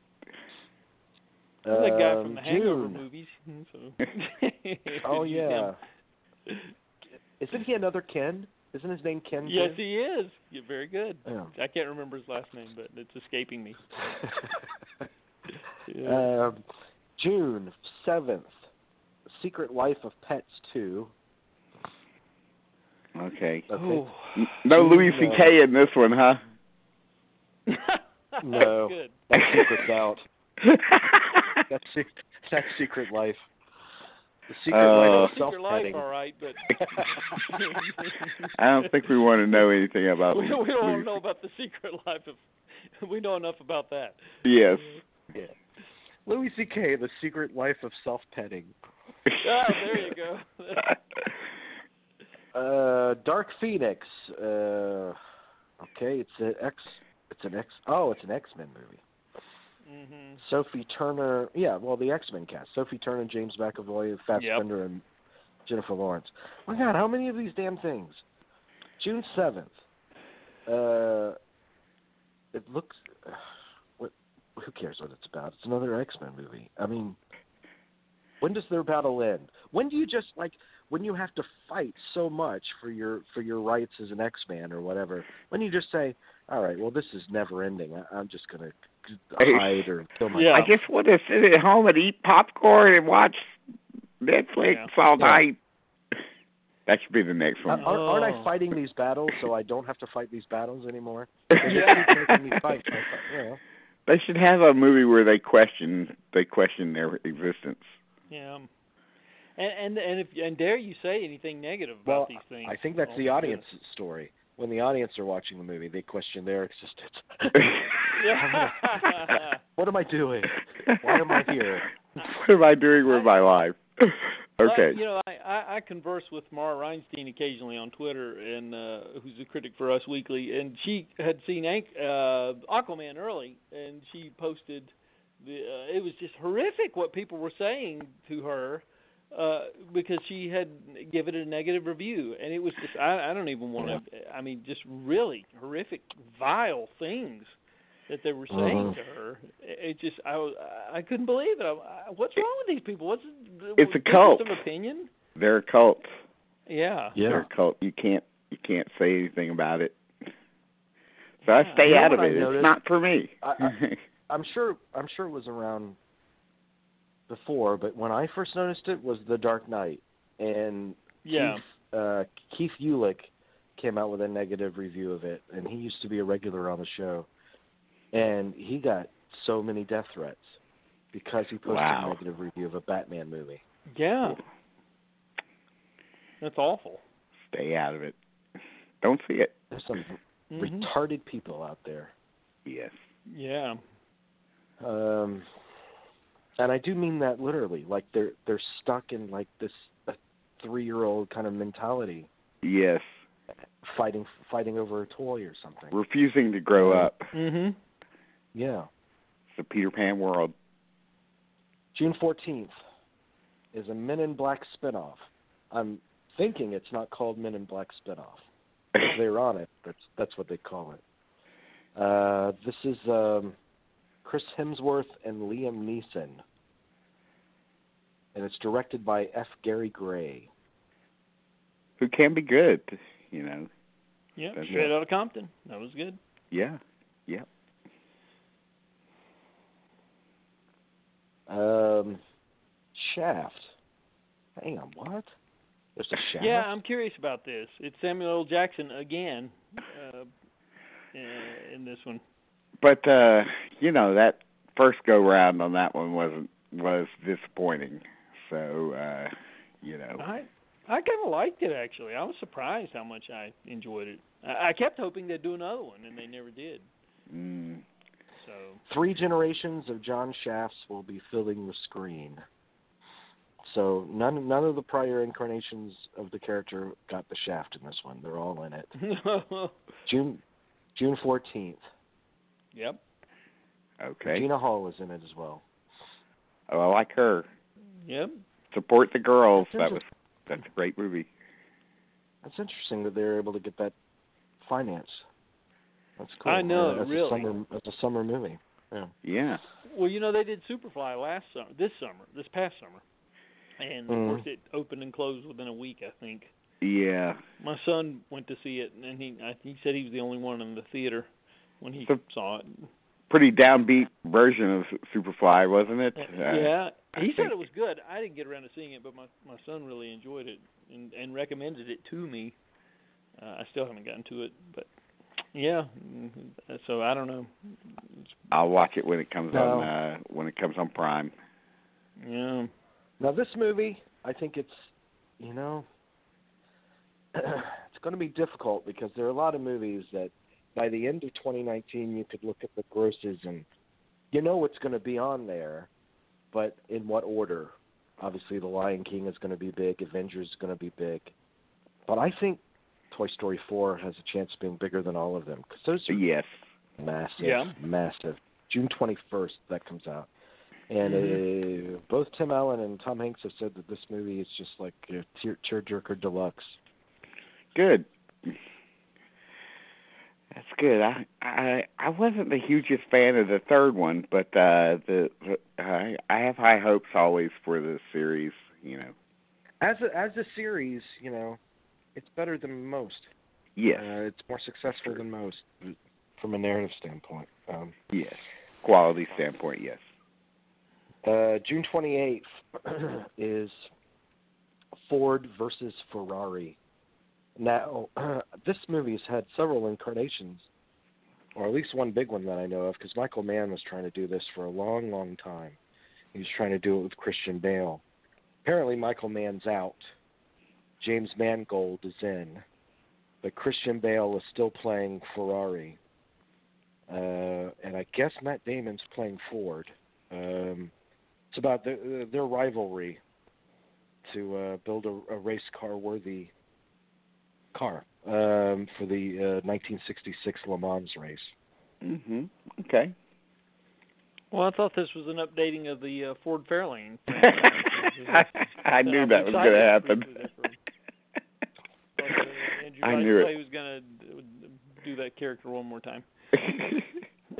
S1: That guy from
S3: Um,
S1: the Hangover
S3: June.
S1: movies. So.
S3: Oh
S1: He's
S3: yeah.
S1: him.
S3: Isn't he another Ken? Isn't his name Ken?
S1: Yes,
S3: too?
S1: he is. You're very good.
S3: Yeah.
S1: I can't remember his last name, but it's escaping me. Yeah.
S3: um, June seventh, Secret Life of Pets two.
S2: Okay.
S3: Okay.
S2: N- No Louis
S3: No.
S2: C.K. in this one, huh?
S3: No.
S1: Good.
S3: That's Secret Out. That's sec- that's Secret Life. The Uh, Secret
S2: Oh.
S3: Life of
S1: Secret life,
S3: self-petting.
S1: all right, but
S2: I don't think we want to know anything about
S1: we, we
S2: Louis.
S1: don't want to
S2: Louis-
S1: know about the secret life of. We know enough about that.
S2: Yes.
S3: Yeah. Louis C.K. The Secret Life of Self-Petting. Oh,
S1: Ah, there you go.
S3: Uh, Dark Phoenix. Uh, okay, it's an X. It's an X. Oh, it's an X-Men movie.
S1: hmm
S3: Sophie Turner. Yeah, well, the X-Men cast: Sophie Turner, James McAvoy, Fassbender, and Jennifer Lawrence. My God, how many of these damn things? June seventh. Uh, it looks. Uh, what? Who cares what it's about? It's another X-Men movie. I mean, when does their battle end? When do you just like? When you have to fight so much for your for your rights as an X-Man or whatever, when you just say, "All right, well, this is never ending. I, I'm just gonna hide or kill myself."
S1: Yeah.
S2: I just want to sit at home and eat popcorn and watch Netflix
S1: Yeah.
S2: all
S3: Yeah.
S2: night. That should be the next
S3: Aren't,
S2: one.
S3: aren't
S1: Oh.
S3: I fighting these battles so I don't have to fight these battles anymore?
S1: Yeah.
S3: Keep making me fight. I thought, you know.
S2: They should have a movie where they question they question their existence.
S1: Yeah. And and and if and dare you say anything negative
S3: Well,
S1: about these things?
S3: I think that's
S1: Oh,
S3: the
S1: my
S3: audience
S1: goodness.
S3: story. When the audience are watching the movie, they question their existence.
S1: Yeah.
S3: what am I doing? Why am I here?
S2: What am I doing with my life?
S1: I,
S2: Okay.
S1: you know, I, I I converse with Mara Reinstein occasionally on Twitter, and uh, who's a critic for Us Weekly, and she had seen Anch- uh, Aquaman early, and she posted the. Uh, it was just horrific what people were saying to her. Uh, because she had given it a negative review, and it was just—I I don't even want to. I mean, just really horrific, vile things that they were saying
S3: Mhm.
S1: to her. It it just—I was I couldn't believe it. I, I- what's wrong with these people? What's
S2: It's a
S1: difference
S2: cult.
S1: of opinion?
S2: They're a cult.
S1: Yeah.
S2: They're a cult. You can't you can't say anything about it. So I
S1: Yeah.
S2: stay
S3: You know
S2: out
S3: what
S2: of
S3: I
S2: it.
S3: noticed?
S2: It's not for me.
S3: I- I- I'm sure. I'm sure it was around before, but when I first noticed it was The Dark Knight, and
S1: Yeah.
S3: Keith, uh, Keith Ulick came out with a negative review of it, and he used to be a regular on the show, and he got so many death threats because he posted
S2: Wow.
S3: a negative review of a Batman movie.
S1: Yeah. That's awful.
S2: stay out of it. Don't see it.
S3: There's some
S1: Mhm.
S3: retarded people out there,
S2: Yes.
S1: Yeah.
S3: um, and I do mean that literally. Like they're they're stuck in like this uh, three-year-old kind of mentality,
S2: Yes.
S3: fighting fighting over a toy or something.
S2: Refusing to grow up.
S1: Mhm.
S3: Yeah.
S2: It's the Peter Pan world.
S3: June 14th is a Men in Black spinoff, I'm thinking it's not called Men in Black Spinoff. If they're on it. That's that's what they call it. Uh, this is um, Chris Hemsworth and Liam Neeson, and it's directed by F. Gary Gray.
S2: Who can be good, you know?
S1: Yep,
S2: That's
S1: straight
S2: it.
S1: out of Compton. That was good.
S2: Yeah, yeah.
S3: Um, Shaft. Hang on, what? There's a Shaft.
S1: Yeah, I'm curious about this. It's Samuel L. Jackson again uh, in- in this one.
S2: But uh, you know that first go round on that one wasn't was disappointing. So uh, you know,
S1: I I kind of liked it actually. I was surprised how much I enjoyed it. I, I kept hoping they'd do another one, and they never did.
S2: mm,
S1: So
S3: Three generations of John Shafts will be filling the screen. So none none of the prior incarnations of the character got the shaft in this one. They're all in it. June June fourteenth.
S1: yep.
S2: okay.
S3: Gina Hall is in it as well.
S2: Oh, I like her.
S1: Yep.
S2: Support the girls.
S3: That's
S2: that was that's a great movie.
S3: That's interesting that they were able to get that finance. That's cool.
S1: I know,
S3: Uh, that's
S1: really.
S3: A summer, that's a summer movie.
S2: Yeah.
S1: Well, you know they did Superfly last summer, this summer, this past summer, and
S3: Mhm.
S2: Mm-hmm.
S1: of course it opened and closed within a week, I think.
S2: Yeah.
S1: My son went to see it, and he I, he said he was the only one in the theater when he
S2: So-
S1: saw it.
S2: Pretty downbeat version of Superfly, wasn't it? Uh,
S1: yeah,
S2: I
S1: he said
S2: think-
S1: it was good. I didn't get around to seeing it, but my my son really enjoyed it and and recommended it to me. Uh, I still haven't gotten to it, but yeah. mhm. So I don't know.
S2: I'll watch it when it comes
S3: No.
S2: on uh when it comes on Prime.
S1: Yeah.
S3: Now this movie, I think it's, you know, it's going to be difficult because there are a lot of movies that by the end of 2019 you could look at the grosses and you know what's going to be on there, but in what order? Obviously, The Lion King is going to be big, Avengers is going to be big, but I think Toy Story 4 has a chance of being bigger than all of them because those are
S2: Yes.
S3: massive,
S1: Yeah.
S3: massive. June 21st that comes out, and uh, both Tim Allen and Tom Hanks have said that this movie is just like a tear tearjerker deluxe.
S2: Good. That's good. I I I wasn't the hugest fan of the third one, but uh the, the I I have high hopes always for the series, you know.
S3: As a, as a series, you know, it's better than most.
S2: Yes.
S3: Uh, it's more successful than most from a narrative standpoint. Um,
S2: yes. Quality standpoint, yes.
S3: uh, June 28th is Ford versus Ferrari. Now, this movie's had several incarnations, or at least one big one that I know of, because Michael Mann was trying to do this for a long, long time. He was trying to do it with Christian Bale. Apparently, Michael Mann's out. James Mangold is in, but Christian Bale is still playing Ferrari. Uh, and I guess Matt Damon's playing Ford. Um, it's about the, uh, their rivalry to uh, build a, a race car worthy car um, for the uh, 1966 Le Mans race.
S2: Mhm. Okay.
S1: Well, I thought this was an updating of the uh, Ford Fairlane.
S2: I knew that was going to happen.
S1: uh, Andrew
S2: I
S1: Dice
S2: knew
S1: Clay
S2: it.
S1: was going to do that character one more time.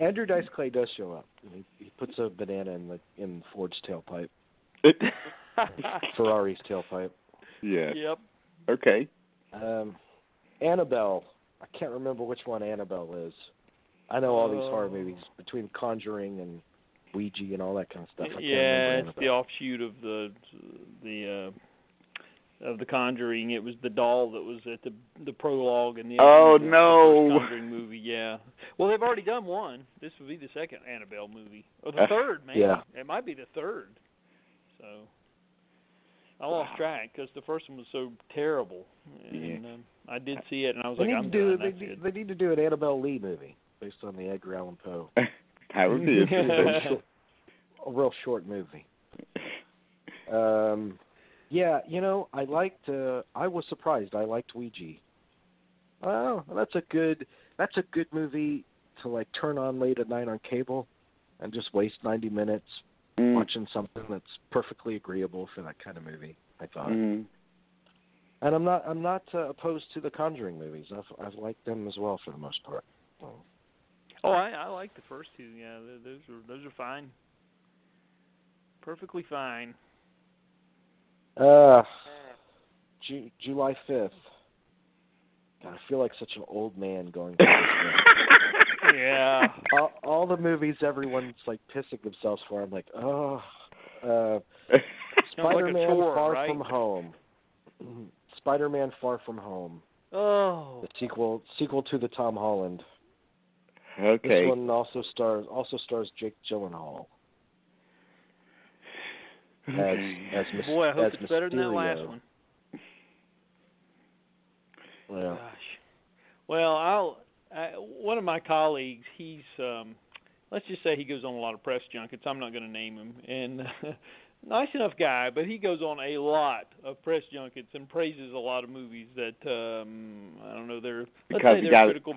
S3: Andrew Dice Clay does show up. He, he puts a banana in the in Ford's tailpipe, Ferrari's tailpipe.
S2: yeah.
S1: yep.
S2: Okay.
S3: Um, Annabelle. I can't remember which one Annabelle is. I know all these horror
S1: Oh.
S3: movies between Conjuring and Ouija and all that kind of stuff. I can't
S1: Yeah,
S3: remember
S1: it's the offshoot of the the uh of the Conjuring. It was the doll that was at the the prologue and the
S2: Oh,
S1: opening of the
S2: no.
S1: first Conjuring movie. Yeah. Well, they've already done one. This would be the second Annabelle movie, or the
S2: Uh,
S1: third, maybe.
S3: yeah.
S1: It might be the third. So I lost track because the first one was so terrible, and um, I did see it, and I was
S3: They
S1: like,
S3: need
S1: I'm
S3: to do
S1: done.
S3: they,
S1: That's
S3: need-
S1: it.
S3: they need to do an Annabelle Lee movie based on the Edgar Allan Poe.
S2: That would be interesting.
S3: short- a real short movie. Um, yeah, you know, I liked. Uh, I was surprised. I liked Ouija. Oh, that's a good. That's a good movie to like turn on late at night on cable, and just waste ninety minutes
S2: Mm.
S3: watching something that's perfectly agreeable for that kind of movie. I thought,
S2: hmm
S3: and I'm not I'm not uh, opposed to the Conjuring movies. I've I've liked them as well for the most part.
S1: Oh, I, I like the first two. Yeah, th- those are those are fine. Perfectly fine.
S3: Uh, Ju- July fifth. God, I feel like such an old man going. through this list.
S2: Mm.
S1: Yeah.
S3: all, all the movies everyone's like pissing themselves for. I'm like, oh, uh,
S1: Sounds like a
S3: Spider-Man
S1: chore,
S3: Far
S1: right?
S3: From Home. Spider-Man Far From Home,
S1: Oh.
S3: the sequel sequel to the Tom Holland.
S2: okay.
S3: This one also stars also stars Jake Gyllenhaal as
S2: Okay.
S3: as, Mys-
S1: Boy, I hope
S3: as
S1: it's better than that last
S3: Mysterio.
S1: one.
S3: Yeah.
S1: Gosh. Well, I'll. I, one of my colleagues, he's. Um, let's just say he goes on a lot of press junkets. I'm not going to name him. And nice enough guy, but he goes on a lot of press junkets and praises a lot of movies that um, I don't know. They're let's
S2: Because
S1: say
S2: he
S1: they're
S2: got-
S1: critical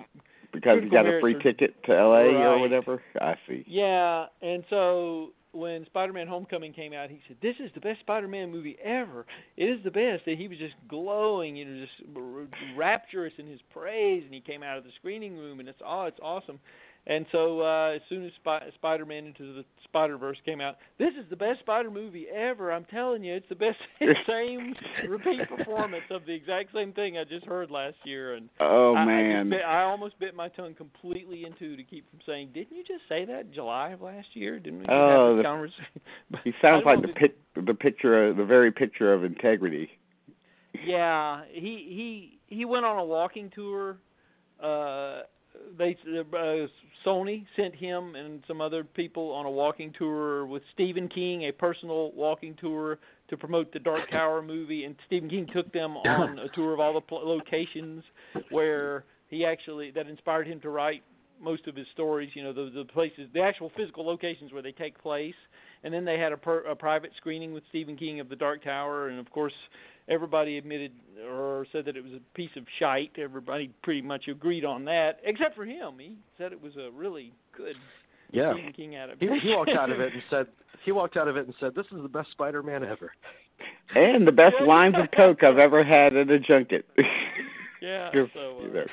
S2: Because you got a free
S1: Critical Merit
S2: ticket to L.A. or
S1: Right.
S2: whatever. I see.
S1: Yeah, and so when Spider-Man: Homecoming came out, he said, "This is the best Spider-Man movie ever. It is the best." And he was just glowing, you know, just r- r- rapturous in his praise. And he came out of the screening room, and it's oh, it's awesome. And so uh, as soon as Sp- Spider-Man into the Spider-Verse came out, this is the best Spider movie ever. I'm telling you, it's the best same repeat performance of the exact same thing I just heard last year. And
S2: Oh
S1: I, I, just
S2: man.
S1: bit, I almost bit my tongue completely in two to keep from saying, "Didn't you just say that in July of last year? Didn't we just
S2: Oh,
S1: have
S2: the-
S1: this conversation?" But
S2: He
S1: I don't
S2: sounds like
S1: know
S2: the
S1: if it-
S2: pic, the picture, of, the very picture of integrity.
S1: Yeah, he he he went on a walking tour. Uh, they uh, Sony sent him and some other people on a walking tour with Stephen King, a personal walking tour to promote the Dark Tower movie, and Stephen King took them on a tour of all the pl- locations where he actually that inspired him to write most of his stories. You know, the the places, the actual physical locations where they take place, and then they had a, per, a private screening with Stephen King of the Dark Tower, and of course everybody admitted or said that it was a piece of shite. Everybody pretty much agreed on that, except for him. He said it was a really good
S3: Yeah.
S1: Stephen King
S3: He,
S1: adaptation.
S3: he walked out of it and said he walked out of it and said this is the best Spider-Man ever.
S2: And the best lines of coke I've ever had at a junket.
S1: yeah.
S2: Good
S1: So
S2: for you
S1: uh,
S2: there.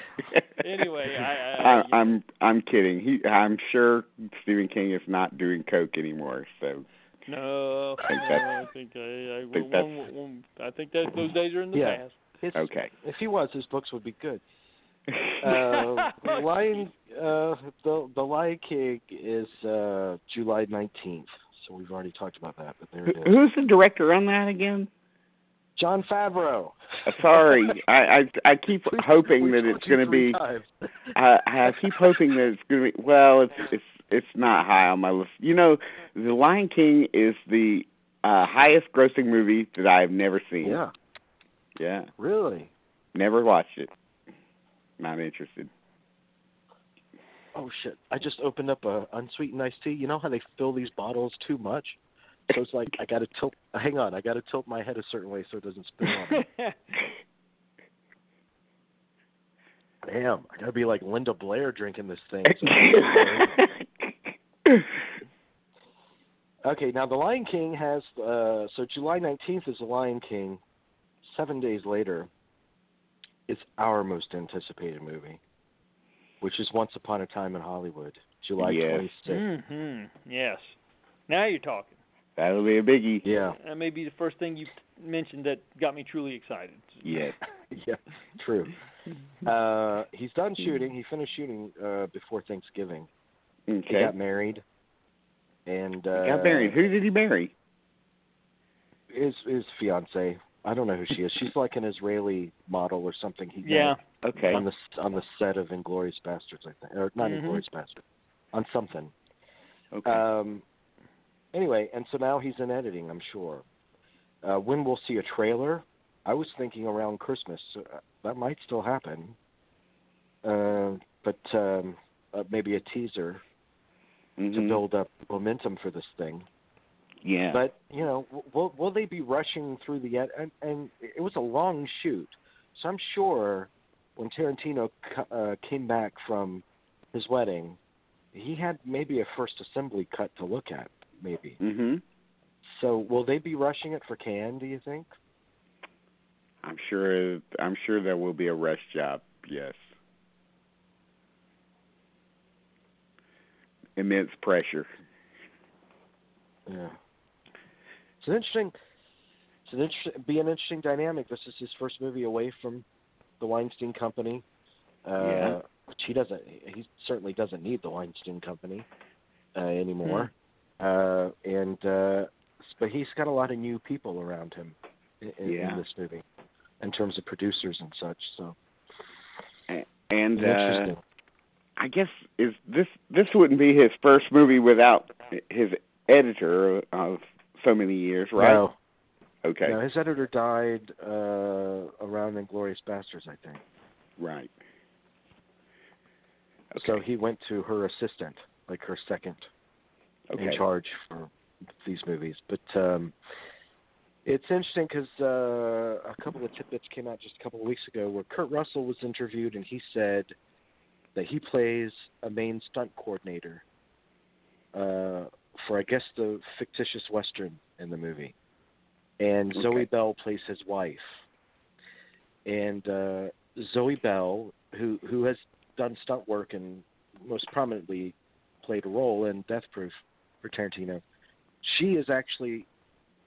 S1: anyway, I- uh, I-
S2: I, I'm I'm kidding. He, I'm sure Stephen King is not doing coke anymore. So
S1: no,
S2: I think
S1: no, I
S2: that's-
S1: think I, I,
S2: think
S1: one-
S2: that's-
S1: one- I think that those days are in the
S3: Yeah.
S1: past.
S3: His,
S2: okay.
S3: If he was, his books would be good. uh, Lion, uh, the the Lion King is uh, July nineteenth, so we've already talked about that. But there
S2: Who-
S3: it is.
S2: Who's the director on that again?
S3: John Favreau.
S2: Uh, Sorry, I I, I keep
S3: We-
S2: hoping
S3: we
S2: that
S3: told
S2: it's
S3: you
S2: going to
S3: three
S2: be.
S3: times.
S2: I, I keep hoping that it's going to be. Well, it's it's it's not high on my list. You know, The Lion King is the uh highest grossing movie that I've never seen.
S3: Yeah,
S2: Yeah.
S3: really.
S2: Never watched it. Not interested.
S3: Oh shit! I just opened up a unsweetened iced tea. You know how they fill these bottles too much, so it's like I got to tilt. Hang on, I got to tilt my head a certain way so it doesn't spill. on me. Damn, I got to be like Linda Blair drinking this thing. So Okay, now The Lion King has uh, so July nineteenth is The Lion King. Seven days later is our most anticipated movie, which is Once Upon a Time in Hollywood, July
S2: Yes. Mm.
S3: twenty sixth.
S1: hmm Yes. Now you're talking.
S2: That'll be a biggie.
S3: Yeah,
S1: That may be the first thing you mentioned that got me truly excited.
S2: Yes.
S3: yeah, true. Uh, he's done shooting. He finished shooting uh, before Thanksgiving. He
S2: Okay.
S3: got married, and uh,
S2: Got married. Who did he marry?
S3: His his fiance. I don't know who she is. She's like an Israeli model or something. He
S1: Yeah.
S2: Okay.
S3: on the on the set of Inglorious Bastards, I think, or not
S1: Mhm.
S3: Inglorious Bastards, on something.
S2: Okay.
S3: Um, anyway, and so now he's in editing, I'm sure. Uh, when we'll see a trailer, I was thinking around Christmas. So uh, that might still happen, uh, but um, uh, maybe a teaser
S2: Mhm.
S3: to build up momentum for this thing.
S2: Yeah.
S3: But you know, w- will will they be rushing through the end? And, and it was a long shoot, so I'm sure when Tarantino cu- uh, came back from his wedding, he had maybe a first assembly cut to look at, maybe.
S2: mhm.
S3: So will they be rushing it for Cannes? Do you think?
S2: I'm sure. I'm sure there will be a rush job. Yes. Immense pressure.
S3: Yeah. It's an interesting. It's an interesting. Be an interesting dynamic. This is his first movie away from the Weinstein Company. Uh,
S2: Yeah.
S3: Which he doesn't. He certainly doesn't need the Weinstein Company uh, anymore.
S2: Hmm.
S3: Uh, and uh, but he's got a lot of new people around him in, in,
S2: Yeah.
S3: in this movie, in terms of producers and such. So
S2: And
S3: it's
S2: uh,
S3: interesting.
S2: I guess is this this wouldn't be his first movie without his editor of so many years, right?
S3: No,
S2: Okay.
S3: no, his editor died uh, around Inglorious Bastards, I think.
S2: Right.
S3: So he went to her assistant, like her second
S2: okay.
S3: in charge for these movies. But um, it's interesting because uh, a couple of tidbits came out just a couple of weeks ago where Kurt Russell was interviewed and he said that he plays a main stunt coordinator uh, for, I guess, the fictitious Western in the movie. And
S2: Okay.
S3: Zoe Bell plays his wife. And uh, Zoe Bell, who, who has done stunt work and most prominently played a role in Death Proof for Tarantino. She is actually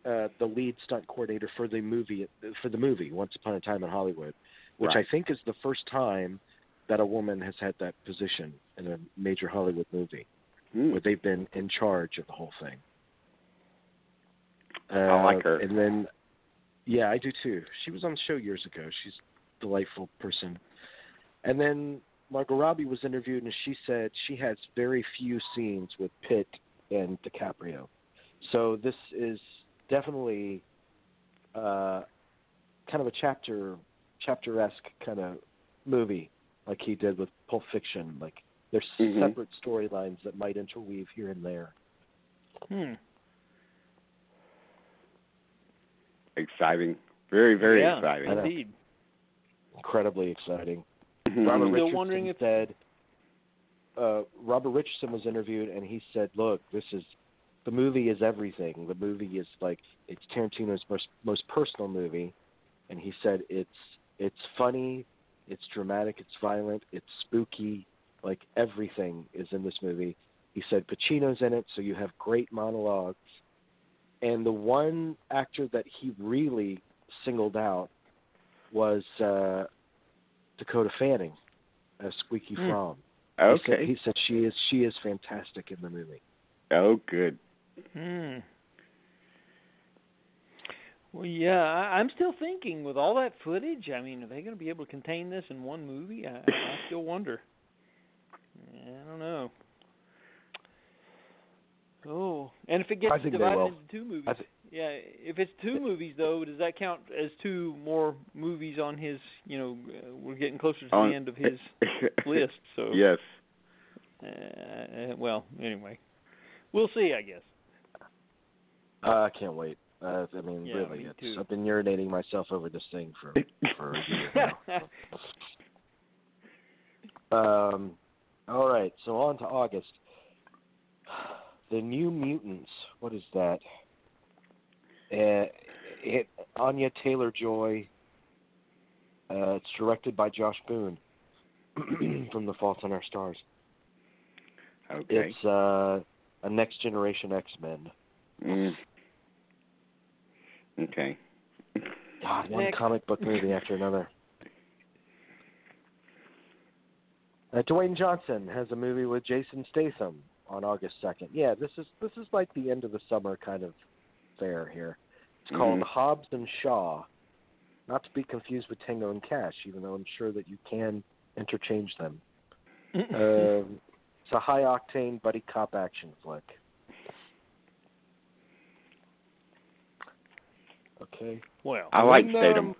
S3: uh, the lead stunt coordinator for the movie for the movie Once Upon a Time in Hollywood, which
S2: Right.
S3: I think is the first time that a woman has had that position in a major Hollywood movie
S2: Hmm.
S3: where they've been in charge of the whole thing. Uh,
S2: like her.
S3: And then, yeah, I do too. She was on the show years ago. She's a delightful person. And then Margot Robbie was interviewed, and she said she has very few scenes with Pitt and DiCaprio. So this is definitely uh, kind of a chapter chapter esque kind of movie, like he did with Pulp Fiction. Like there's
S2: Mhm.
S3: separate storylines that might interweave here and there.
S1: Hmm.
S2: Exciting. Very, very
S1: yeah,
S3: I
S2: exciting.
S3: know.
S1: Indeed.
S3: Incredibly exciting.
S2: Mhm.
S3: Robert
S1: I'm still
S3: Richardson
S1: wondering if-
S3: said uh, Robert Richardson was interviewed and he said, "Look, this is the movie is everything. The movie is like it's Tarantino's most most personal movie." And he said, "It's it's funny, it's dramatic, it's violent, it's spooky. Like everything is in this movie." He said Pacino's in it, so you have great monologues. And the one actor that he really singled out was uh, Dakota Fanning as Squeaky
S1: Hmm.
S3: Fromm. He said,
S2: Okay.
S3: he said she is she is fantastic in the movie.
S2: Oh, good.
S1: Hmm. Well, yeah, I, I'm still thinking with all that footage. I mean, are they going to be able to contain this in one movie? I, I still wonder. I don't know. Oh, and if it gets
S3: I think they
S1: divided
S3: will.
S1: into two movies,
S3: I thi-
S1: yeah, if it's two movies though, does that count as two more movies on his? You know, uh, we're getting closer to
S2: On-
S1: the end of his list, so
S2: Yes.
S1: uh, uh, well, anyway, we'll see. I guess.
S3: Uh, I can't wait. Uh, I mean,
S1: Yeah,
S3: really,
S1: me
S3: it's,
S1: too.
S3: I've been urinating myself over this thing for for a year now. um, all right, so on to August. The New Mutants. What is that? Uh, it, Anya Taylor Joy. Uh, it's directed by Josh Boone from The Fault in Our Stars.
S2: Okay.
S3: It's uh, a Next Generation X Men.
S2: Mm. Okay.
S3: God, one
S1: Next.
S3: comic book movie after another. Uh, Dwayne Johnson has a movie with Jason Statham on August second. Yeah, this is this is like the end of the summer kind of fair here. It's called
S2: Mhm.
S3: Hobbs and Shaw, not to be confused with Tango and Cash, even though I'm sure that you can interchange them. Um, it's a high octane buddy cop action flick. Okay.
S1: well,
S2: I like
S3: Then,
S2: Statham.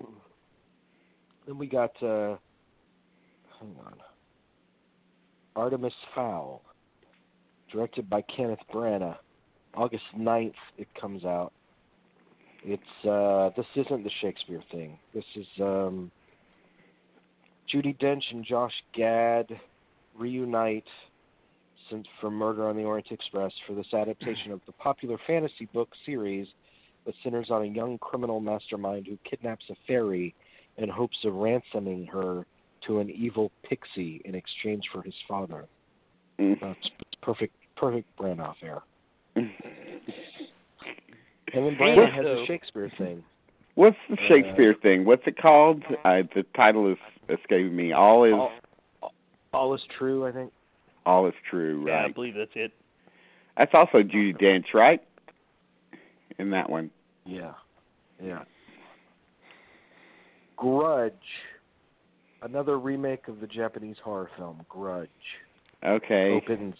S3: um, Then we got uh hang on. Artemis Fowl, directed by Kenneth Branagh. August 9th it comes out. It's uh this isn't the Shakespeare thing. This is um Judy Dench and Josh Gad reunite since for Murder on the Orient Express for this adaptation of the popular fantasy book series but centers on a young criminal mastermind who kidnaps a fairy in hopes of ransoming her to an evil pixie in exchange for his father.
S2: Mm.
S3: That's perfect, perfect Branagh air. And then Branagh has a Shakespeare thing.
S2: What's the Shakespeare thing? What's it called? Uh, the title is escaping me. All is
S3: All, all is true, I think.
S2: all is true,
S1: Yeah, I
S2: right?
S1: believe that's it.
S2: That's also Judy Dench, right? In that one.
S3: Yeah. Yeah. Grudge. Another remake of the Japanese horror film Grudge.
S2: Okay.
S3: Opens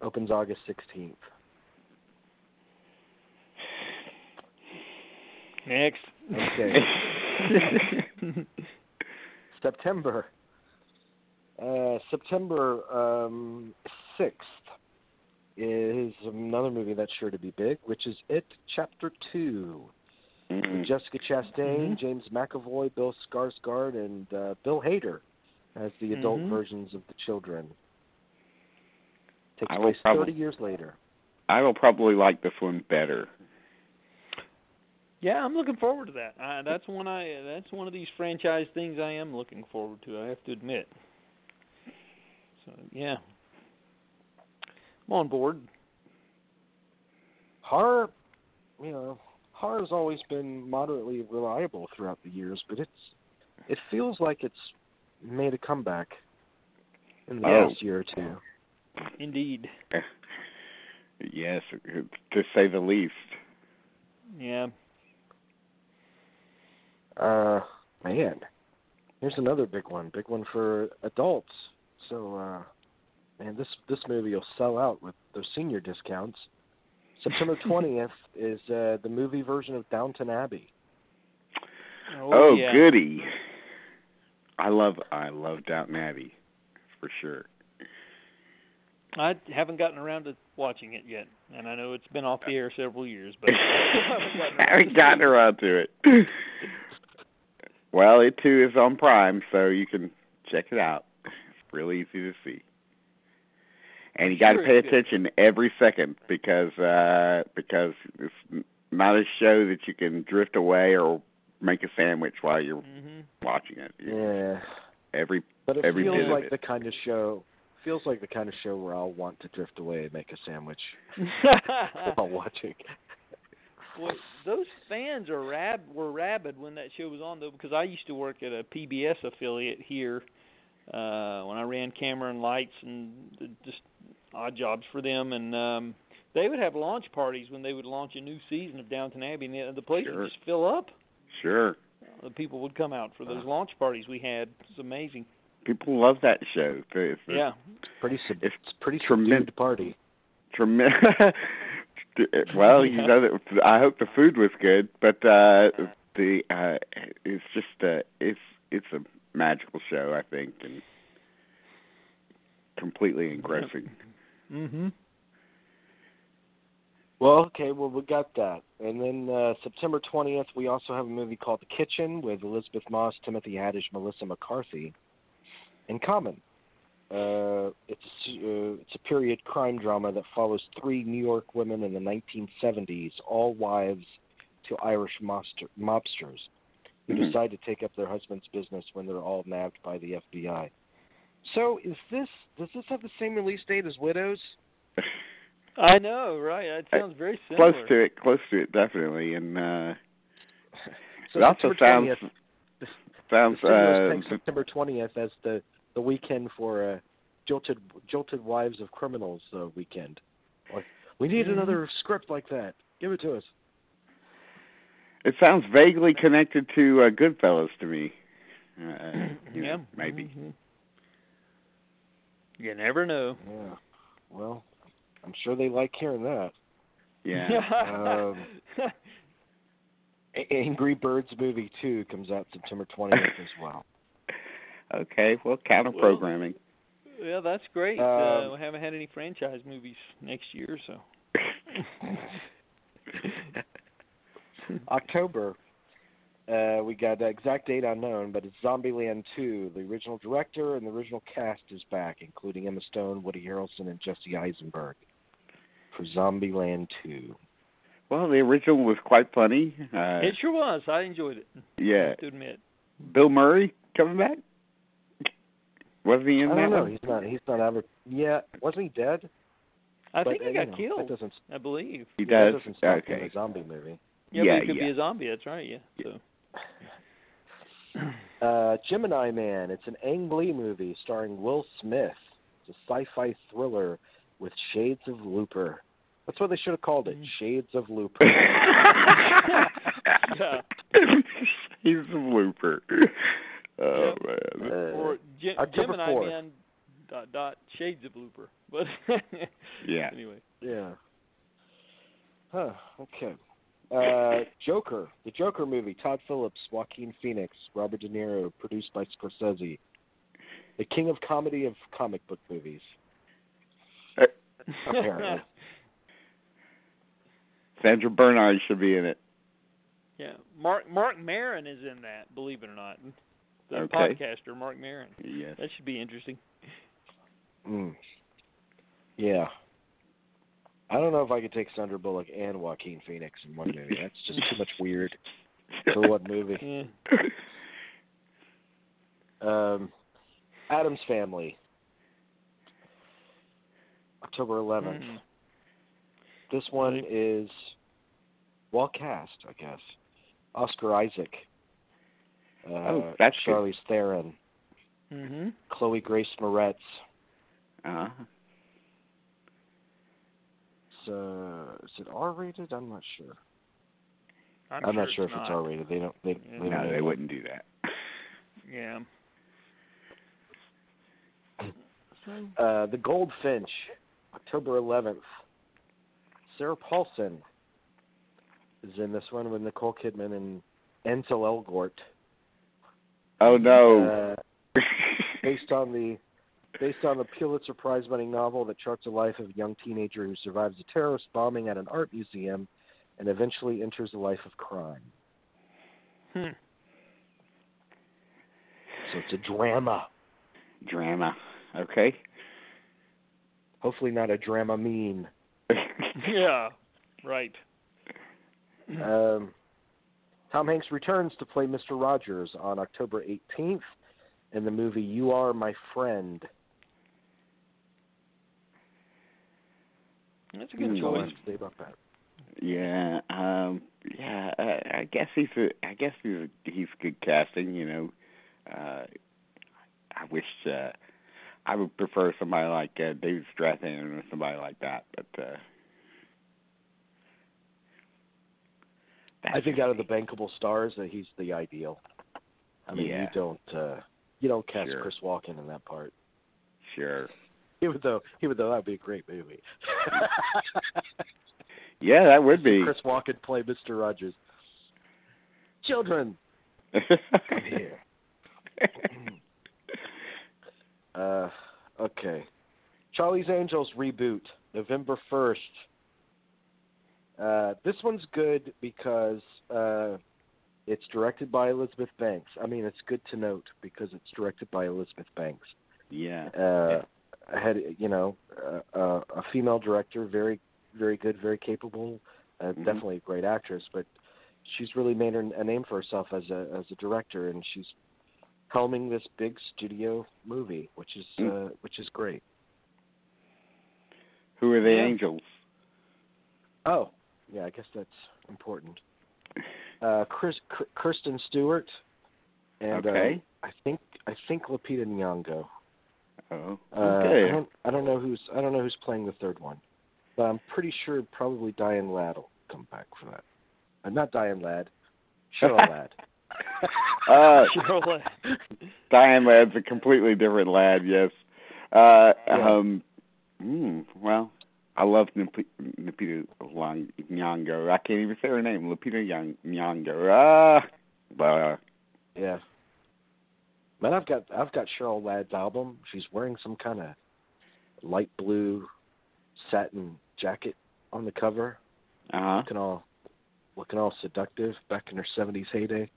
S3: opens August 16th.
S1: Next.
S3: Okay. September. Uh, September um, 6th is another movie that's sure to be big, which is It Chapter 2.
S2: Mhm.
S3: Jessica Chastain,
S2: Mm-hmm.
S1: Mhm.
S3: James McAvoy, Bill Skarsgård, and uh, Bill Hader as the adult
S2: Mm-hmm.
S1: Mhm.
S3: versions of the children. Takes
S2: I will
S3: place
S2: probably-
S3: 30 years later.
S2: I will probably like this one better.
S1: Yeah, I'm looking forward to that. Uh, that's one I. That's one of these franchise things I am looking forward to. I have to admit. So yeah, I'm on board.
S3: Horror, you know, horror's always been moderately reliable throughout the years, but it's it feels like it's made a comeback in the
S2: Oh.
S3: last year or two.
S1: Indeed.
S2: Yes, to say the least.
S1: Yeah.
S3: Uh, man, here's another big one. Big one for adults. So, uh, man, this this movie will sell out with those senior discounts. September twentieth is uh, the movie version of Downton Abbey.
S1: Oh,
S2: Oh,
S1: yeah.
S2: goody. I love I love Downton Abbey for sure.
S1: I haven't gotten around to watching it yet, and I know it's been off the air several years, but I
S2: haven't gotten around to it. Well, it too is on Prime, so you can check it out. It's real easy to see. And you got to
S1: Sure,
S2: pay
S1: it's good.
S2: attention every second because uh because it's n- not a show that you can drift away or make a sandwich while you're
S1: hmm
S2: watching it. You-
S3: Yeah,
S2: Every
S3: but it
S2: Every
S3: feels
S2: bit of
S3: like
S2: it.
S3: the kind of show feels like the kind of show where I'll want to drift away and make a sandwich
S1: Mm-hmm. Ah.
S3: while watching.
S1: Well, those fans are rab were rabid when that show was on though, because I used to work at a PBS affiliate here uh, when I ran camera and lights and th- just odd jobs for them, and um, they would have launch parties when they would launch a new season of Downton Abbey, and the, the place
S2: Sure.
S1: would just fill up.
S2: sure,
S1: The people would come out for
S2: Uh-huh.
S1: those launch parties we had. It's amazing.
S2: people love that show. It's a
S1: Yeah.
S3: Pretty sub-
S2: It's
S3: it's pretty
S2: tremen-
S3: subdued party.
S2: tremendous. well, you know, that- I hope the food was good, but uh the uh it's just uh it's it's a magical show, I think, and completely engrossing.
S1: Mhm.
S3: Well, okay, well we got that. And then uh, September twentieth, we also have a movie called The Kitchen with Elizabeth Moss, Timothy Haddish, Melissa McCarthy, and Common. Uh, it's uh, it's a period crime drama that follows three New York women in the 1970s, all wives to Irish mobster, mobsters, who
S2: Mhm.
S3: decide to take up their husband's business when they're all nabbed by the FBI. So, is this does this have the same release date as Widows?
S1: I know, right? It
S2: Uh,
S1: sounds very similar.
S2: Close to it, close to it, definitely, and uh
S3: So
S2: it also
S3: September
S2: sounds
S3: 20th, the-
S2: sounds
S3: The studios
S2: uh
S3: picked September 20th as the, the weekend for uh, jilted jilted wives of criminals uh, weekend. Like, we need
S1: Mhm.
S3: another script like that. Give it to us.
S2: it sounds vaguely connected to uh, Goodfellas to me. Uh, you know,
S1: yeah.
S2: maybe.
S1: Mhm. You never know.
S3: Yeah. Well, I'm sure they like hearing that.
S1: Mm-hmm.
S2: Yeah.
S3: Um, A- Angry Birds movie two comes out September 20th as well.
S2: okay, well, counter programming.
S1: yeah, that's great.
S3: um,
S1: uh, we haven't had any franchise movies next year, so.
S3: October. Uh, we got the exact date unknown, but it's Zombieland 2. The original director and the original cast is back, including Emma Stone, Woody Harrelson, and Jesse Eisenberg for Zombieland 2.
S2: Well, the original was quite funny. Uh,
S1: it sure was. I enjoyed it. I
S2: yeah,
S1: have to admit.
S2: Bill Murray coming back. Wasn't he in
S3: I
S2: that
S3: don't know.
S2: one?
S3: He's not. He's not ever. Yeah, wasn't he dead?
S1: I
S3: But,
S1: think
S3: uh,
S1: he
S3: you
S1: got
S3: know,
S1: killed.
S3: That doesn't.
S1: I believe.
S2: He
S3: that
S2: does.
S3: doesn't stop being
S2: Okay.
S3: a zombie movie.
S1: Yeah,
S2: Yeah,
S1: but he could
S2: yeah.
S1: be a zombie. That's right. Yeah. So.
S3: Uh, Gemini Man. It's an Ang Lee movie starring Will Smith. It's a sci-fi thriller with shades of Looper. That's what they should have called
S1: Mm.
S3: it. Shades of Looper.
S1: Yeah.
S2: He's a blooper. Oh man.
S3: Uh,
S1: or Ge-
S3: October
S1: Gemini
S3: 4th.
S1: Man dot dot shades of blooper. But
S2: Yeah.
S1: anyway.
S3: yeah. Huh. Okay. Uh, Joker. The Joker movie. Todd Phillips, Joaquin Phoenix, Robert De Niro. Produced by Scorsese. The king of comedy of comic book movies. Apparently.
S2: Sandra Bernard should be in it.
S1: yeah. Mark Mark Marin is in that, believe it or not. The
S2: Okay.
S1: podcaster Mark Marin.
S2: Yes.
S1: That should be interesting.
S3: Mm. Yeah. I don't know if I could take Sandra Bullock and Joaquin Phoenix in one movie. That's just too much weird for one movie.
S1: Yeah.
S3: Um, Adam's Family, October 11th.
S1: Mhm.
S3: This one is well cast, I guess. Oscar Isaac, uh,
S2: Oh, that's good.
S3: Charlize Theron,
S1: Mhm.
S3: Chloe Grace Moretz.
S2: Uh,
S3: So, uh, is it R rated? I'm not sure.
S1: I'm,
S3: not sure
S1: it's
S3: if it's
S1: not.
S3: R rated. They don't. They,
S1: Yeah.
S3: they
S2: no,
S3: don't
S2: they
S3: know.
S2: wouldn't do that.
S1: Yeah. So,
S3: Uh, the Goldfinch, October 11th. Sarah Paulson is in this one with Nicole Kidman and Ansel Elgort,
S2: Oh no.
S3: uh, based on the based on the Pulitzer Prize-winning novel that charts the life of a young teenager who survives a terrorist bombing at an art museum and eventually enters a life of crime.
S1: hmm.
S3: So it's a drama.
S2: Drama. Okay.
S3: Hopefully not a drama mean.
S1: Yeah. Right.
S3: Um, Tom Hanks returns to play Mr. Rogers on October 18th in the movie You Are My Friend.
S1: That's a
S3: hmm.
S1: good
S2: Mm.
S1: choice.
S3: Say about that.
S2: yeah. Um yeah, uh, I, I guess he's a I guess he's a, he's good casting, you know. Uh I wish uh I would prefer somebody like uh, David Strathairn or somebody like that, but uh
S3: I think out of the bankable stars that he's the ideal. I mean, you
S2: Yeah.
S3: don't uh, you don't cast
S2: Sure.
S3: Chris Walken in that part.
S2: Sure.
S3: Even though even though that'd be a great movie.
S2: Yeah, that would be.
S3: Chris Walken play Mr. Rogers. Children, come here. Uh, okay. Charlie's Angels reboot, November 1st. Uh, this one's good because uh, it's directed by Elizabeth Banks. I mean, it's good to note because it's directed by Elizabeth Banks.
S2: yeah.
S3: Uh, I had, you know, uh, uh, a female director, very, very good, very capable, uh,
S2: Mhm.
S3: definitely a great actress, but she's really made her, a name for herself as a as a director, and she's helming this big studio movie, which is
S2: Mm.
S3: uh, which is great.
S2: Who are the
S1: Yeah.
S2: angels?
S3: Oh, yeah, I guess that's important. Uh, Chris, K- Kirsten Stewart, and
S2: Okay.
S3: uh, I think I think Lupita Nyong'o.
S2: Oh.
S3: Uh, I
S2: Okay.
S3: don't I don't know who's I don't know who's playing the third one, but I'm pretty sure probably Diane Ladd will come back for that. Uh, not Diane Ladd, Cheryl Ladd.
S2: Uh,
S1: Cheryl,
S2: Diane Ladd's a completely different lad, yes. Uh
S3: Yeah.
S2: um mm, well, I love Nip- Lupita Lang- Nyong'o. I can't even say her name. Lupita Yang- Nyong'o. Ah. Blah.
S3: Yeah. Man, I've got I've got Cheryl Ladd's album. She's wearing some kind of light blue satin jacket on the cover,
S2: Uh-huh.
S3: looking all looking all seductive back in her '70s heyday.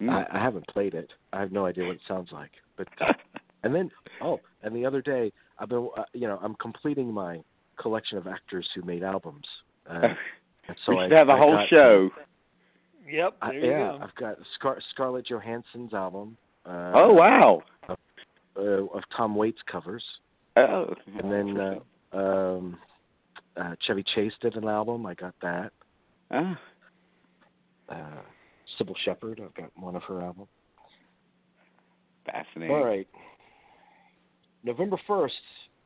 S2: Mm.
S3: I, I haven't played it. I have no idea what it sounds like, but uh, And then, oh, and the other day, I've been, uh, you know, I'm completing my collection of actors who made albums. Uh, So
S2: we should
S3: I,
S2: have a
S3: I
S2: whole
S3: got-
S2: show.
S1: Yep.
S3: I-
S1: There you
S3: yeah,
S1: go.
S3: I've got Scar- Scarlett Johansson's album. Uh,
S2: oh wow.
S3: Uh, of Tom Waits covers,
S2: Oh.
S3: and then uh, um, uh, Chevy Chase did an album. I got that.
S2: Oh.
S3: Uh, Sybil Shepherd, I've got one of her albums.
S2: fascinating.
S3: All right. November 1st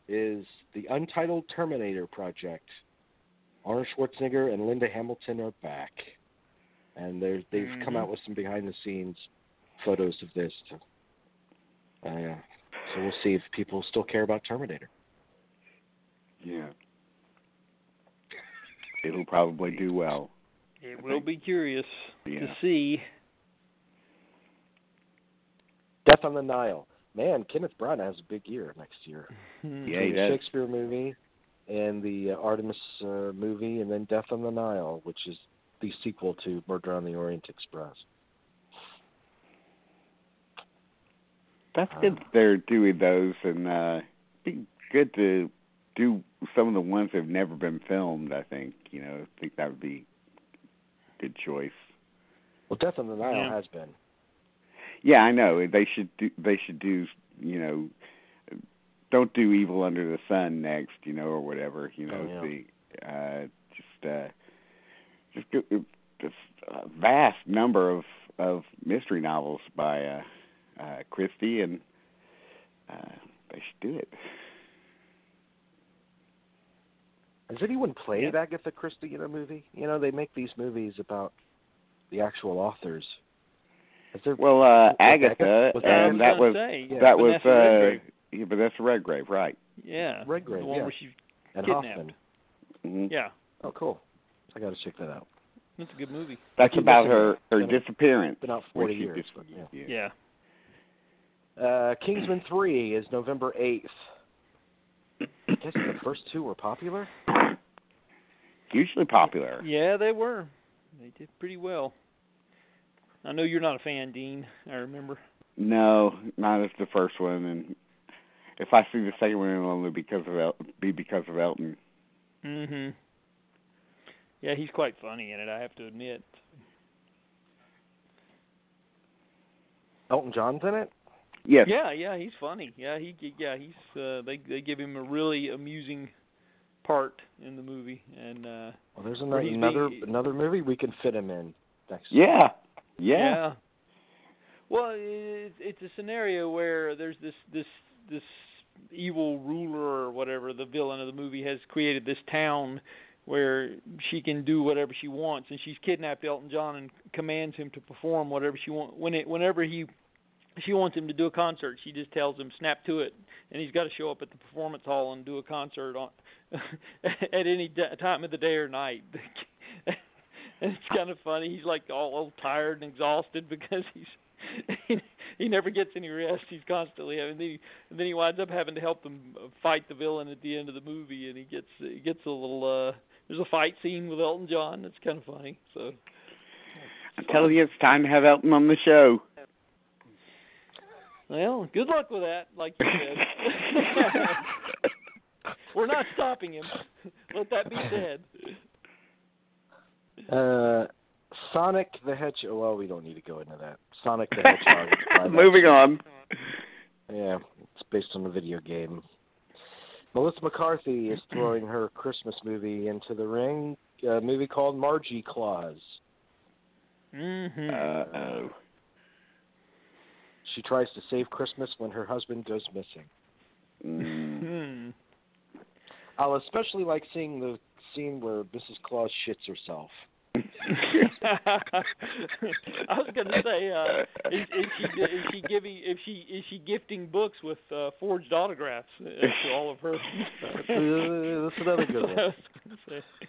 S3: is the Untitled Terminator Project. Arnold Schwarzenegger and Linda Hamilton are back. And they're, they've come
S1: Mhm.
S3: out with some behind the scenes photos of this. To, uh, yeah. So we'll see if people still care about Terminator.
S2: Yeah. It'll probably do well.
S1: It
S2: I
S1: will
S2: think-
S1: be curious to
S2: Yeah.
S1: see.
S3: Death on the Nile. Man, Kenneth Branagh has a big year next year.
S2: Yeah,
S3: the
S2: he does.
S3: Shakespeare movie and the uh, Artemis uh, movie, and then Death on the Nile, which is the sequel to Murder on the Orient Express.
S2: That's good. that They're doing those, and uh, be good to do some of the ones that have never been filmed. I think you know. I think that would be a good choice.
S3: Well, Death on the Nile
S1: Yeah.
S3: has been.
S2: Yeah, I know. They should do. They should do. You know, don't do Evil Under the Sun next. You know, or whatever. You know,
S3: Oh,
S2: the uh, just uh, just go, uh, just a vast number of of mystery novels by uh, uh, Christie, and uh, they should do it.
S3: Has anyone played
S1: Yeah.
S3: Agatha Christie in a movie? You know, they make these movies about the actual authors. Is there?
S2: Well, uh,
S3: Was that
S2: Agatha,
S3: Agatha? Was that-
S2: and that was
S1: say,
S3: yeah,
S2: that was
S1: Vanessa
S2: uh,
S1: Redgrave.
S2: yeah, but that's Redgrave, right?
S1: yeah,
S3: Redgrave,
S1: the one
S3: yeah.
S1: where she,
S3: and
S1: kidnapped.
S3: Hoffman.
S2: Mhm.
S1: yeah,
S3: Oh, cool. I got to check that out.
S1: that's a good movie.
S2: That's
S3: Keep
S2: about
S3: missing
S2: her
S3: it.
S2: her
S3: Been out-
S2: disappearance.
S3: Been out
S2: where
S3: 40
S2: she
S3: years.
S2: dis-
S3: but,
S2: yeah.
S1: Yeah,
S3: yeah. Uh, Kingsman 3 is November 8th. I guess the first two were popular.
S2: Hugely popular.
S1: yeah, they were. They did pretty well. I know you're not a fan, Dean. I remember.
S2: No, not as the first one, and if I see the second one, it'll only because of El- be because of Elton.
S1: hmm Yeah, he's quite funny in it. I have to admit.
S3: Elton John's in it?
S2: Yes.
S1: Yeah, yeah, he's funny. Yeah, he yeah, he's uh, they they give him a really amusing part in the movie and uh
S3: Well, there's
S1: Where
S3: another
S1: he's
S3: another,
S1: being-
S3: another movie we can fit him in next.
S2: Yeah. Yeah.
S1: Well, it's it's a scenario where there's this this this evil ruler or whatever the villain of the movie has created this town where she can do whatever she wants and she's kidnapped Elton John and commands him to perform whatever she want when it whenever he she wants him to do a concert she just tells him snap to it and he's got to show up at the performance hall and do a concert on at any d- time of the day or night And it's kind of funny. He's like all, all tired and exhausted because he's he, he never gets any rest. He's constantly having then he, and then he winds up having to help them uh, fight the villain at the end of the movie, and he gets he gets a little uh there's a fight scene with Elton John. That's kind of funny. So
S2: I'm telling you, it's time to have Elton on the show.
S1: well, good luck with that. Like you said, we're not stopping him. Let that be said.
S3: Uh, Sonic the Hedgehog. Well, we don't need to go into that. Sonic the Hedgehog. is live action.
S2: Moving on.
S3: Yeah, it's based on a video game. Melissa McCarthy is throwing her Christmas movie into the ring. A movie called Margie Claus.
S1: Mm-hmm.
S2: Uh oh.
S3: She tries to save Christmas when her husband goes missing.
S2: Mm.
S1: Hmm.
S3: I'll especially like seeing the scene where Mrs. Claus shits herself.
S1: I was gonna say, uh, is, is she is she giving is she is she gifting books with uh, forged autographs uh, to all of her?
S3: That's, uh, that's another good one.
S1: I was gonna say.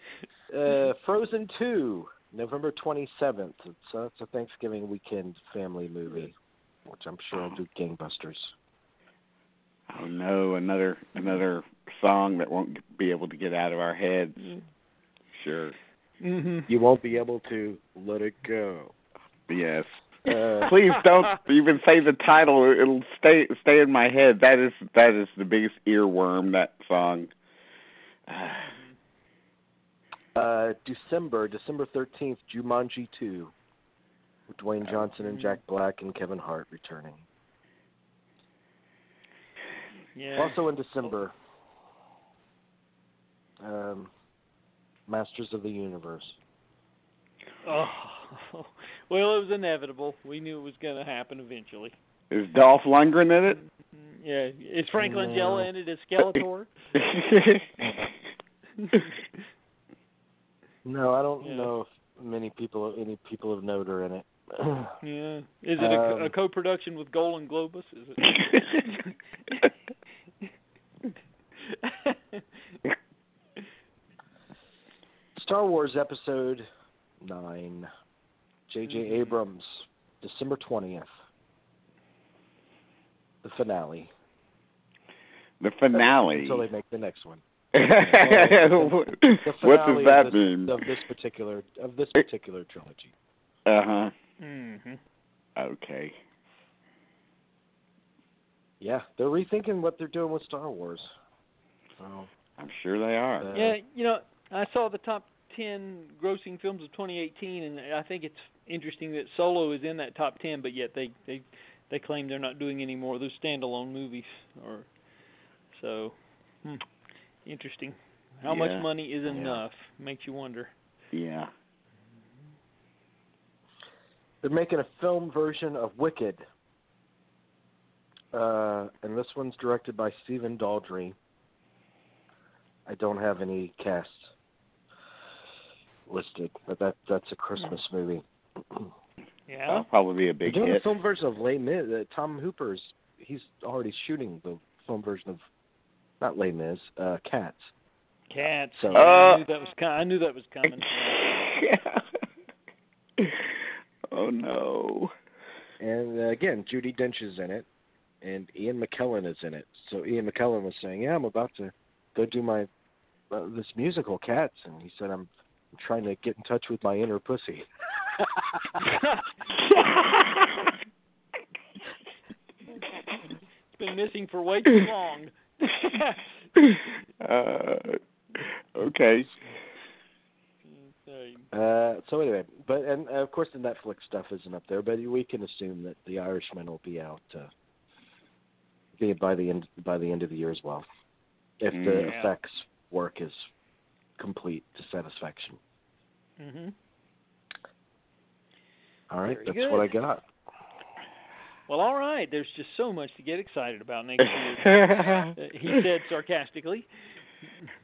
S3: Uh, Frozen Two, November twenty seventh. It's uh, it's a Thanksgiving weekend family movie, which I'm sure will do gangbusters.
S2: Oh no, another another song that won't be able to get out of our heads. Sure.
S1: Mhm.
S3: You won't be able to let it go.
S2: Yes.
S3: Uh,
S2: Please don't even say the title. It'll stay stay in my head. That is that is the biggest earworm. That song. Ah,
S3: Uh, December, December 13th, Jumanji 2, with Dwayne Johnson and Jack Black and Kevin Hart returning.
S1: Yeah.
S3: Also in December, um, Masters of the Universe.
S1: Oh. Well, it was inevitable. We knew it was going to happen eventually.
S2: Is Dolph Lundgren in it?
S1: Yeah. Is Frank
S3: No.
S1: Langella in it as Skeletor?
S3: No, I don't
S1: Yeah.
S3: know if many people, any people of note are in it.
S1: yeah. Is it a, co-
S3: Um,
S1: a co-production with Golden Globus? Is it?
S3: Star Wars Episode 9, J.J.
S1: Mhm.
S3: Abrams, December 20th. The finale.
S2: the finale.
S3: So they make the next one.
S2: what
S3: The
S2: what
S3: finale
S2: does that
S3: of this,
S2: mean?
S3: Of this particular of this particular trilogy.
S2: Uh huh.
S1: mm-hmm.
S2: Okay.
S3: Yeah, they're rethinking what they're doing with Star Wars. So
S2: I'm sure they are.
S3: Uh,
S1: Yeah, you know, I saw the top ten grossing films of 2018, and I think it's interesting that Solo is in that top ten, but yet they they they claim they're not doing any more of those standalone movies, or so. Hmm, interesting. How
S2: Yeah.
S1: much money is
S3: Yeah.
S1: enough makes you wonder.
S2: yeah.
S3: they're making a film version of Wicked. Uh, and this one's directed by Stephen Daldry. I don't have any cast listed, but that that's a Christmas movie.
S1: Yeah.
S2: That'll probably be a
S3: They're
S2: big
S3: doing a
S2: hit.
S3: film version of Les Mis. Uh, Tom Hooper's he's already shooting the film version of not Les Mis, uh, Cats.
S1: Cats.
S3: So-
S1: Yeah, I
S2: Uh,
S1: knew that was com- I knew that was coming.
S2: oh no.
S3: And uh, again, Judy Dench is in it, and Ian McKellen is in it. So Ian McKellen was saying, "Yeah, I'm about to go do my uh, this musical Cats," and he said, "I'm, I'm trying to get in touch with my inner pussy."
S1: it's been missing for way too long.
S2: uh, okay.
S1: So,
S3: Uh, so anyway, but and uh, of course the Netflix stuff isn't up there, but we can assume that The Irishman will be out uh, be by the end by the end of the year as well, if the
S2: Yeah.
S3: effects work is complete to satisfaction.
S1: hmm
S3: All right,
S1: Very
S3: that's what I
S1: good.
S3: got.
S1: Well, all right. There's just so much to get excited about next year. Uh, he said sarcastically.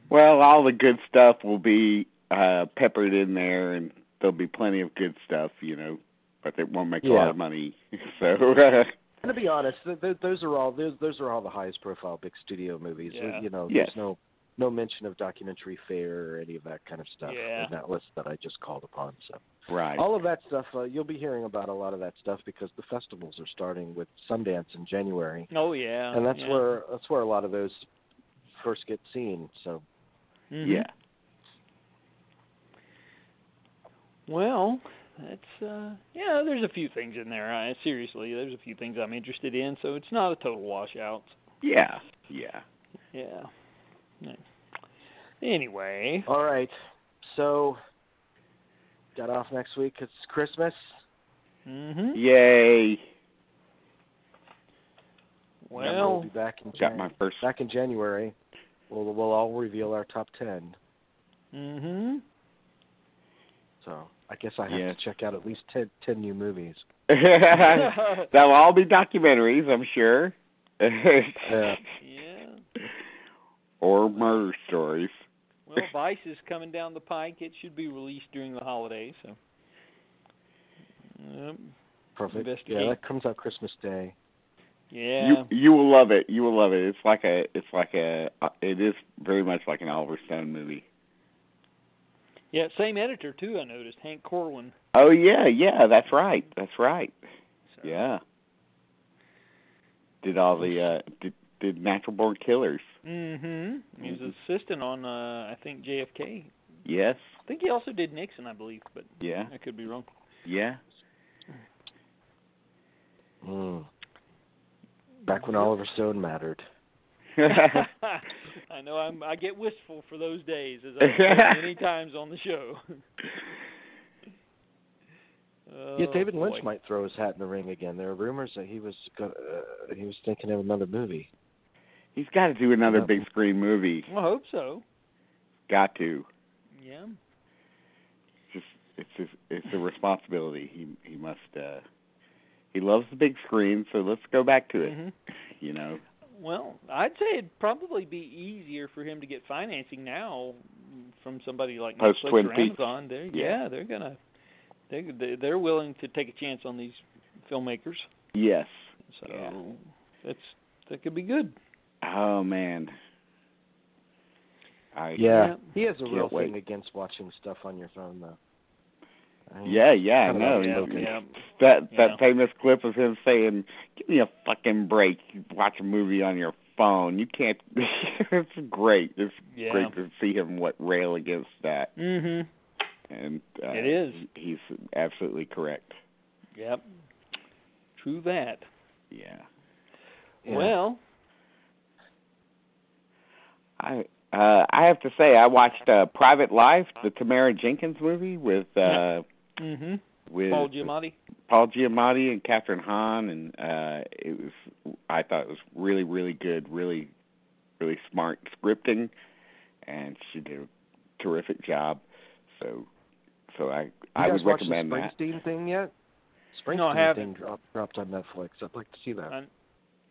S2: Well, all the good stuff will be uh peppered in there and there'll be plenty of good stuff, you know, but it won't make a lot
S3: Yeah.
S2: of money. So uh,
S3: And to be honest, th- th- those are all those those are all the highest profile big studio movies.
S1: Yeah.
S3: You know,
S2: Yes.
S3: there's no no mention of documentary fair or any of that kind of stuff
S1: Yeah.
S3: in that list that I just called upon. So
S2: right.
S3: all of that stuff uh, you'll be hearing about a lot of that stuff because the festivals are starting with Sundance in January,
S1: Oh yeah.
S3: and that's
S1: yeah.
S3: where that's where a lot of those first get seen. So
S1: Mhm.
S2: Yeah.
S1: Well, that's uh yeah. There's a few things in there. I, seriously, there's a few things I'm interested in. So it's not a total washout.
S2: Yeah. Yeah.
S1: Yeah. Yeah. Anyway.
S3: all right, so got off next week. It's Christmas.
S1: Mhm.
S2: Yay.
S3: and we'll
S1: Well.
S3: be back in
S2: Got
S3: January.
S2: my first
S3: back in January, we'll we'll all reveal our top ten.
S1: Mhm.
S3: So I guess I have
S2: Yeah.
S3: to check out at least 10, 10 new movies.
S2: That'll all be documentaries, I'm sure.
S1: yeah.
S2: Or murder stories.
S1: Well, Vice is coming down the pike. It should be released during the holidays. So. Yep.
S3: Perfect.
S1: Investigate.
S3: Yeah, that comes out Christmas Day.
S1: Yeah.
S2: You you will love it. You will love it. It's like a it's like a uh, it is very much like an Oliver Stone movie.
S1: Yeah, same editor too. I noticed Hank Corwin.
S2: Oh yeah, yeah, that's right. That's right.
S1: So.
S2: Yeah. Did all the uh did, did Natural Born Killers.
S1: Mm-hmm. He was an assistant on, uh, I think JFK.
S2: Yes.
S1: I think he also did Nixon, I believe, but
S2: Yeah.
S1: I could be wrong.
S2: Yeah.
S3: Mm. Back when Oliver Stone mattered.
S1: I I know I'm. I get wistful for those days, as I've said many times on the show. oh,
S3: yeah, David
S1: boy.
S3: Lynch might throw his hat in the ring again. There are rumors that he was go- uh, he was thinking of another movie.
S2: He's got to do another big screen movie.
S1: I hope so.
S2: Got to.
S1: Yeah.
S2: Just it's his, it's a responsibility. He he must. uh He loves the big screen, so let's go back to it.
S1: Mhm.
S2: You know.
S1: Well, I'd say it'd probably be easier for him to get financing now from somebody like
S2: Post
S1: Netflix
S2: Twin
S1: or
S2: Peaks.
S1: Amazon. They're,
S2: Yeah.
S1: yeah. they're gonna they they- they're willing to take a chance on these filmmakers.
S2: Yes.
S1: So
S2: Yeah.
S1: that's that could be good.
S2: Oh man. I
S3: Yeah,
S1: Yeah.
S3: he has a
S2: Can't
S3: real
S2: wait.
S3: thing against watching stuff on your phone, though. I-
S2: Yeah, yeah, I
S3: Kinda
S2: know.
S3: like
S2: You-
S3: Logan.
S1: yeah.
S2: That that
S1: Yeah.
S2: famous clip of him saying, "Give me a fucking break. You watch a movie on your phone. You can't." it's great. It's
S1: Yeah.
S2: great to see him what rail against that,
S1: Mhm.
S2: and uh,
S1: It is.
S2: He's absolutely correct.
S1: Yep. True that.
S2: Yeah.
S3: yeah.
S1: Well,
S2: I uh I have to say I watched uh Private Life, the Tamara Jenkins movie with uh
S1: Yeah. mhm.
S2: with
S1: Paul Giamatti.
S2: Paul Giamatti and Catherine Hahn, and uh, it was I thought it was really, really good, really, really smart scripting, and she did a terrific job. So, so I
S3: You
S2: I
S3: guys
S2: would
S3: watch the
S2: recommend that.
S3: Springsteen thing yet? Springsteen
S1: No, I haven't.
S3: thing dropped dropped on Netflix. I'd like to see that.
S1: I,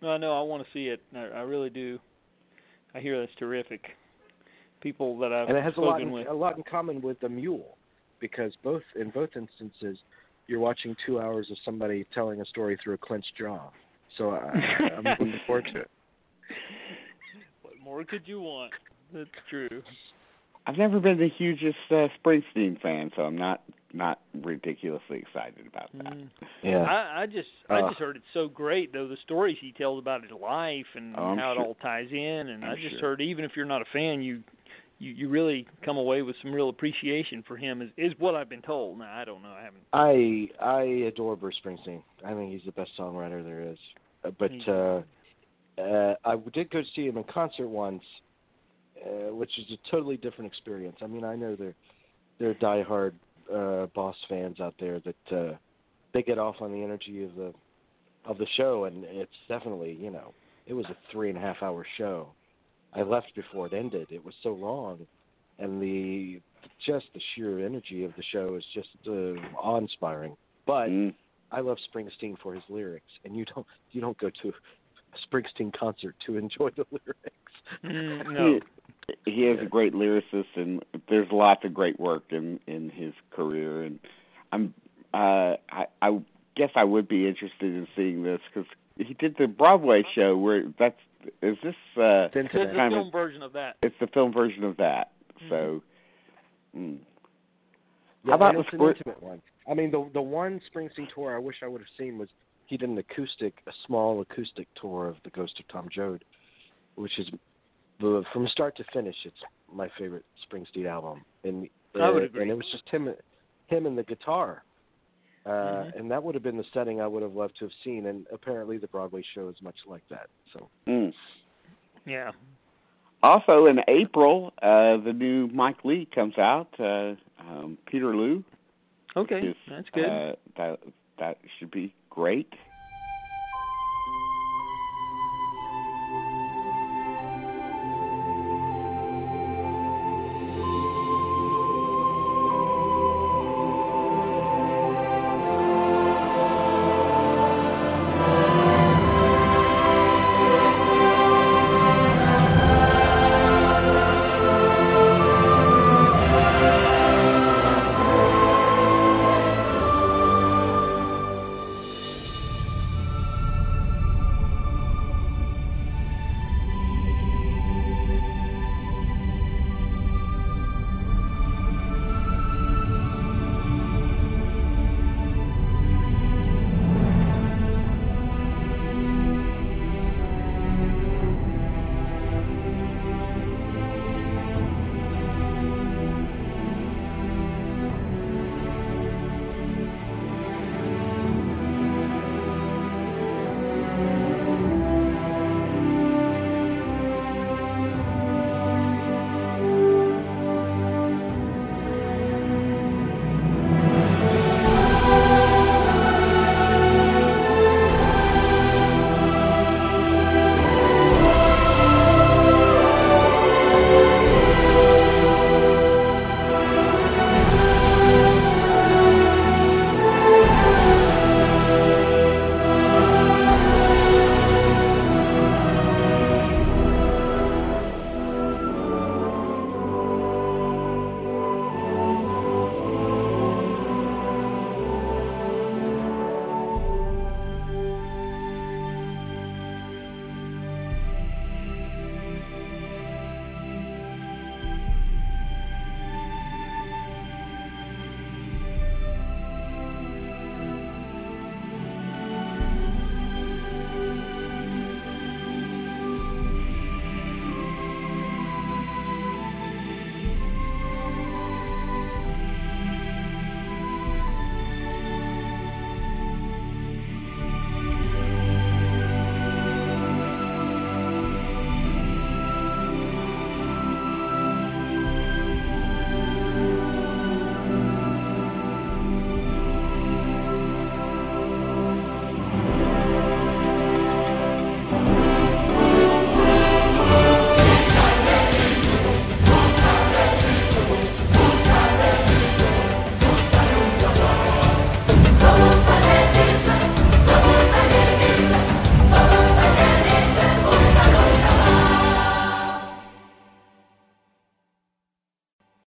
S1: no, I know. I want to see it. I, I really do. I hear that's terrific. People that I've
S3: and it has a lot
S1: spoken
S3: in,
S1: with.
S3: a lot in common with the mule because both in both instances you're watching two hours of somebody telling a story through a clenched jaw so I, i'm looking forward to it
S1: What more could you want? That's true.
S2: I've never been the hugest uh, Springsteen fan, so I'm not not ridiculously excited about that.
S1: Mm.
S3: yeah
S1: I, I just I
S3: Uh.
S1: just heard it's so great though the stories he tells about his life and
S2: Oh, I'm
S1: how
S2: sure.
S1: it all ties in and
S2: I'm
S1: I just
S2: sure.
S1: heard even if you're not a fan you you you really come away with some real appreciation for him is is what I've been told. Now I don't know I haven't.
S3: i i adore bruce springsteen i think he's the best songwriter there is Uh,
S1: He's-
S3: but uh uh i did go see him in concert once uh, which is a totally different experience i mean i know there there are diehard uh boss fans out there that uh they get off on the energy of the of the show, and it's definitely you know it was a three and a half hour show. I left before it ended. It was so long, and the just the sheer energy of the show is just uh, awe inspiring. But
S2: Mm.
S3: I love Springsteen for his lyrics, and you don't you don't go to a Springsteen concert to enjoy the lyrics.
S1: Mm, no.
S2: He, he is a great lyricist, and there's lots of great work in in his career. And I'm uh, I I guess I would be interested in seeing this because he did the Broadway show where that's is this uh,
S3: It's internet.
S1: There's a
S2: kind of-
S1: film version of that.
S2: it's the film version of that. So
S1: Mm-hmm.
S2: mm.
S3: Yeah,
S2: How about
S3: and
S2: the
S3: it's an
S2: Spr-
S3: intimate one? I mean, the the one Springsteen tour I wish I would have seen was he did an acoustic, a small acoustic tour of the Ghost of Tom Joad, which is the from start to finish. It's my favorite Springsteen album, and
S1: I would
S3: uh,
S1: agree.
S3: and it was just him, him and the guitar, uh,
S1: Mhm.
S3: and that would have been the setting I would have loved to have seen. And apparently, the Broadway show is much like that. So
S2: mm.
S1: Yeah.
S2: also in April, uh, the new Mike Lee comes out. Uh, um, Peter Lou.
S1: Okay.
S2: which is,
S1: That's good.
S2: Uh, that that should be great.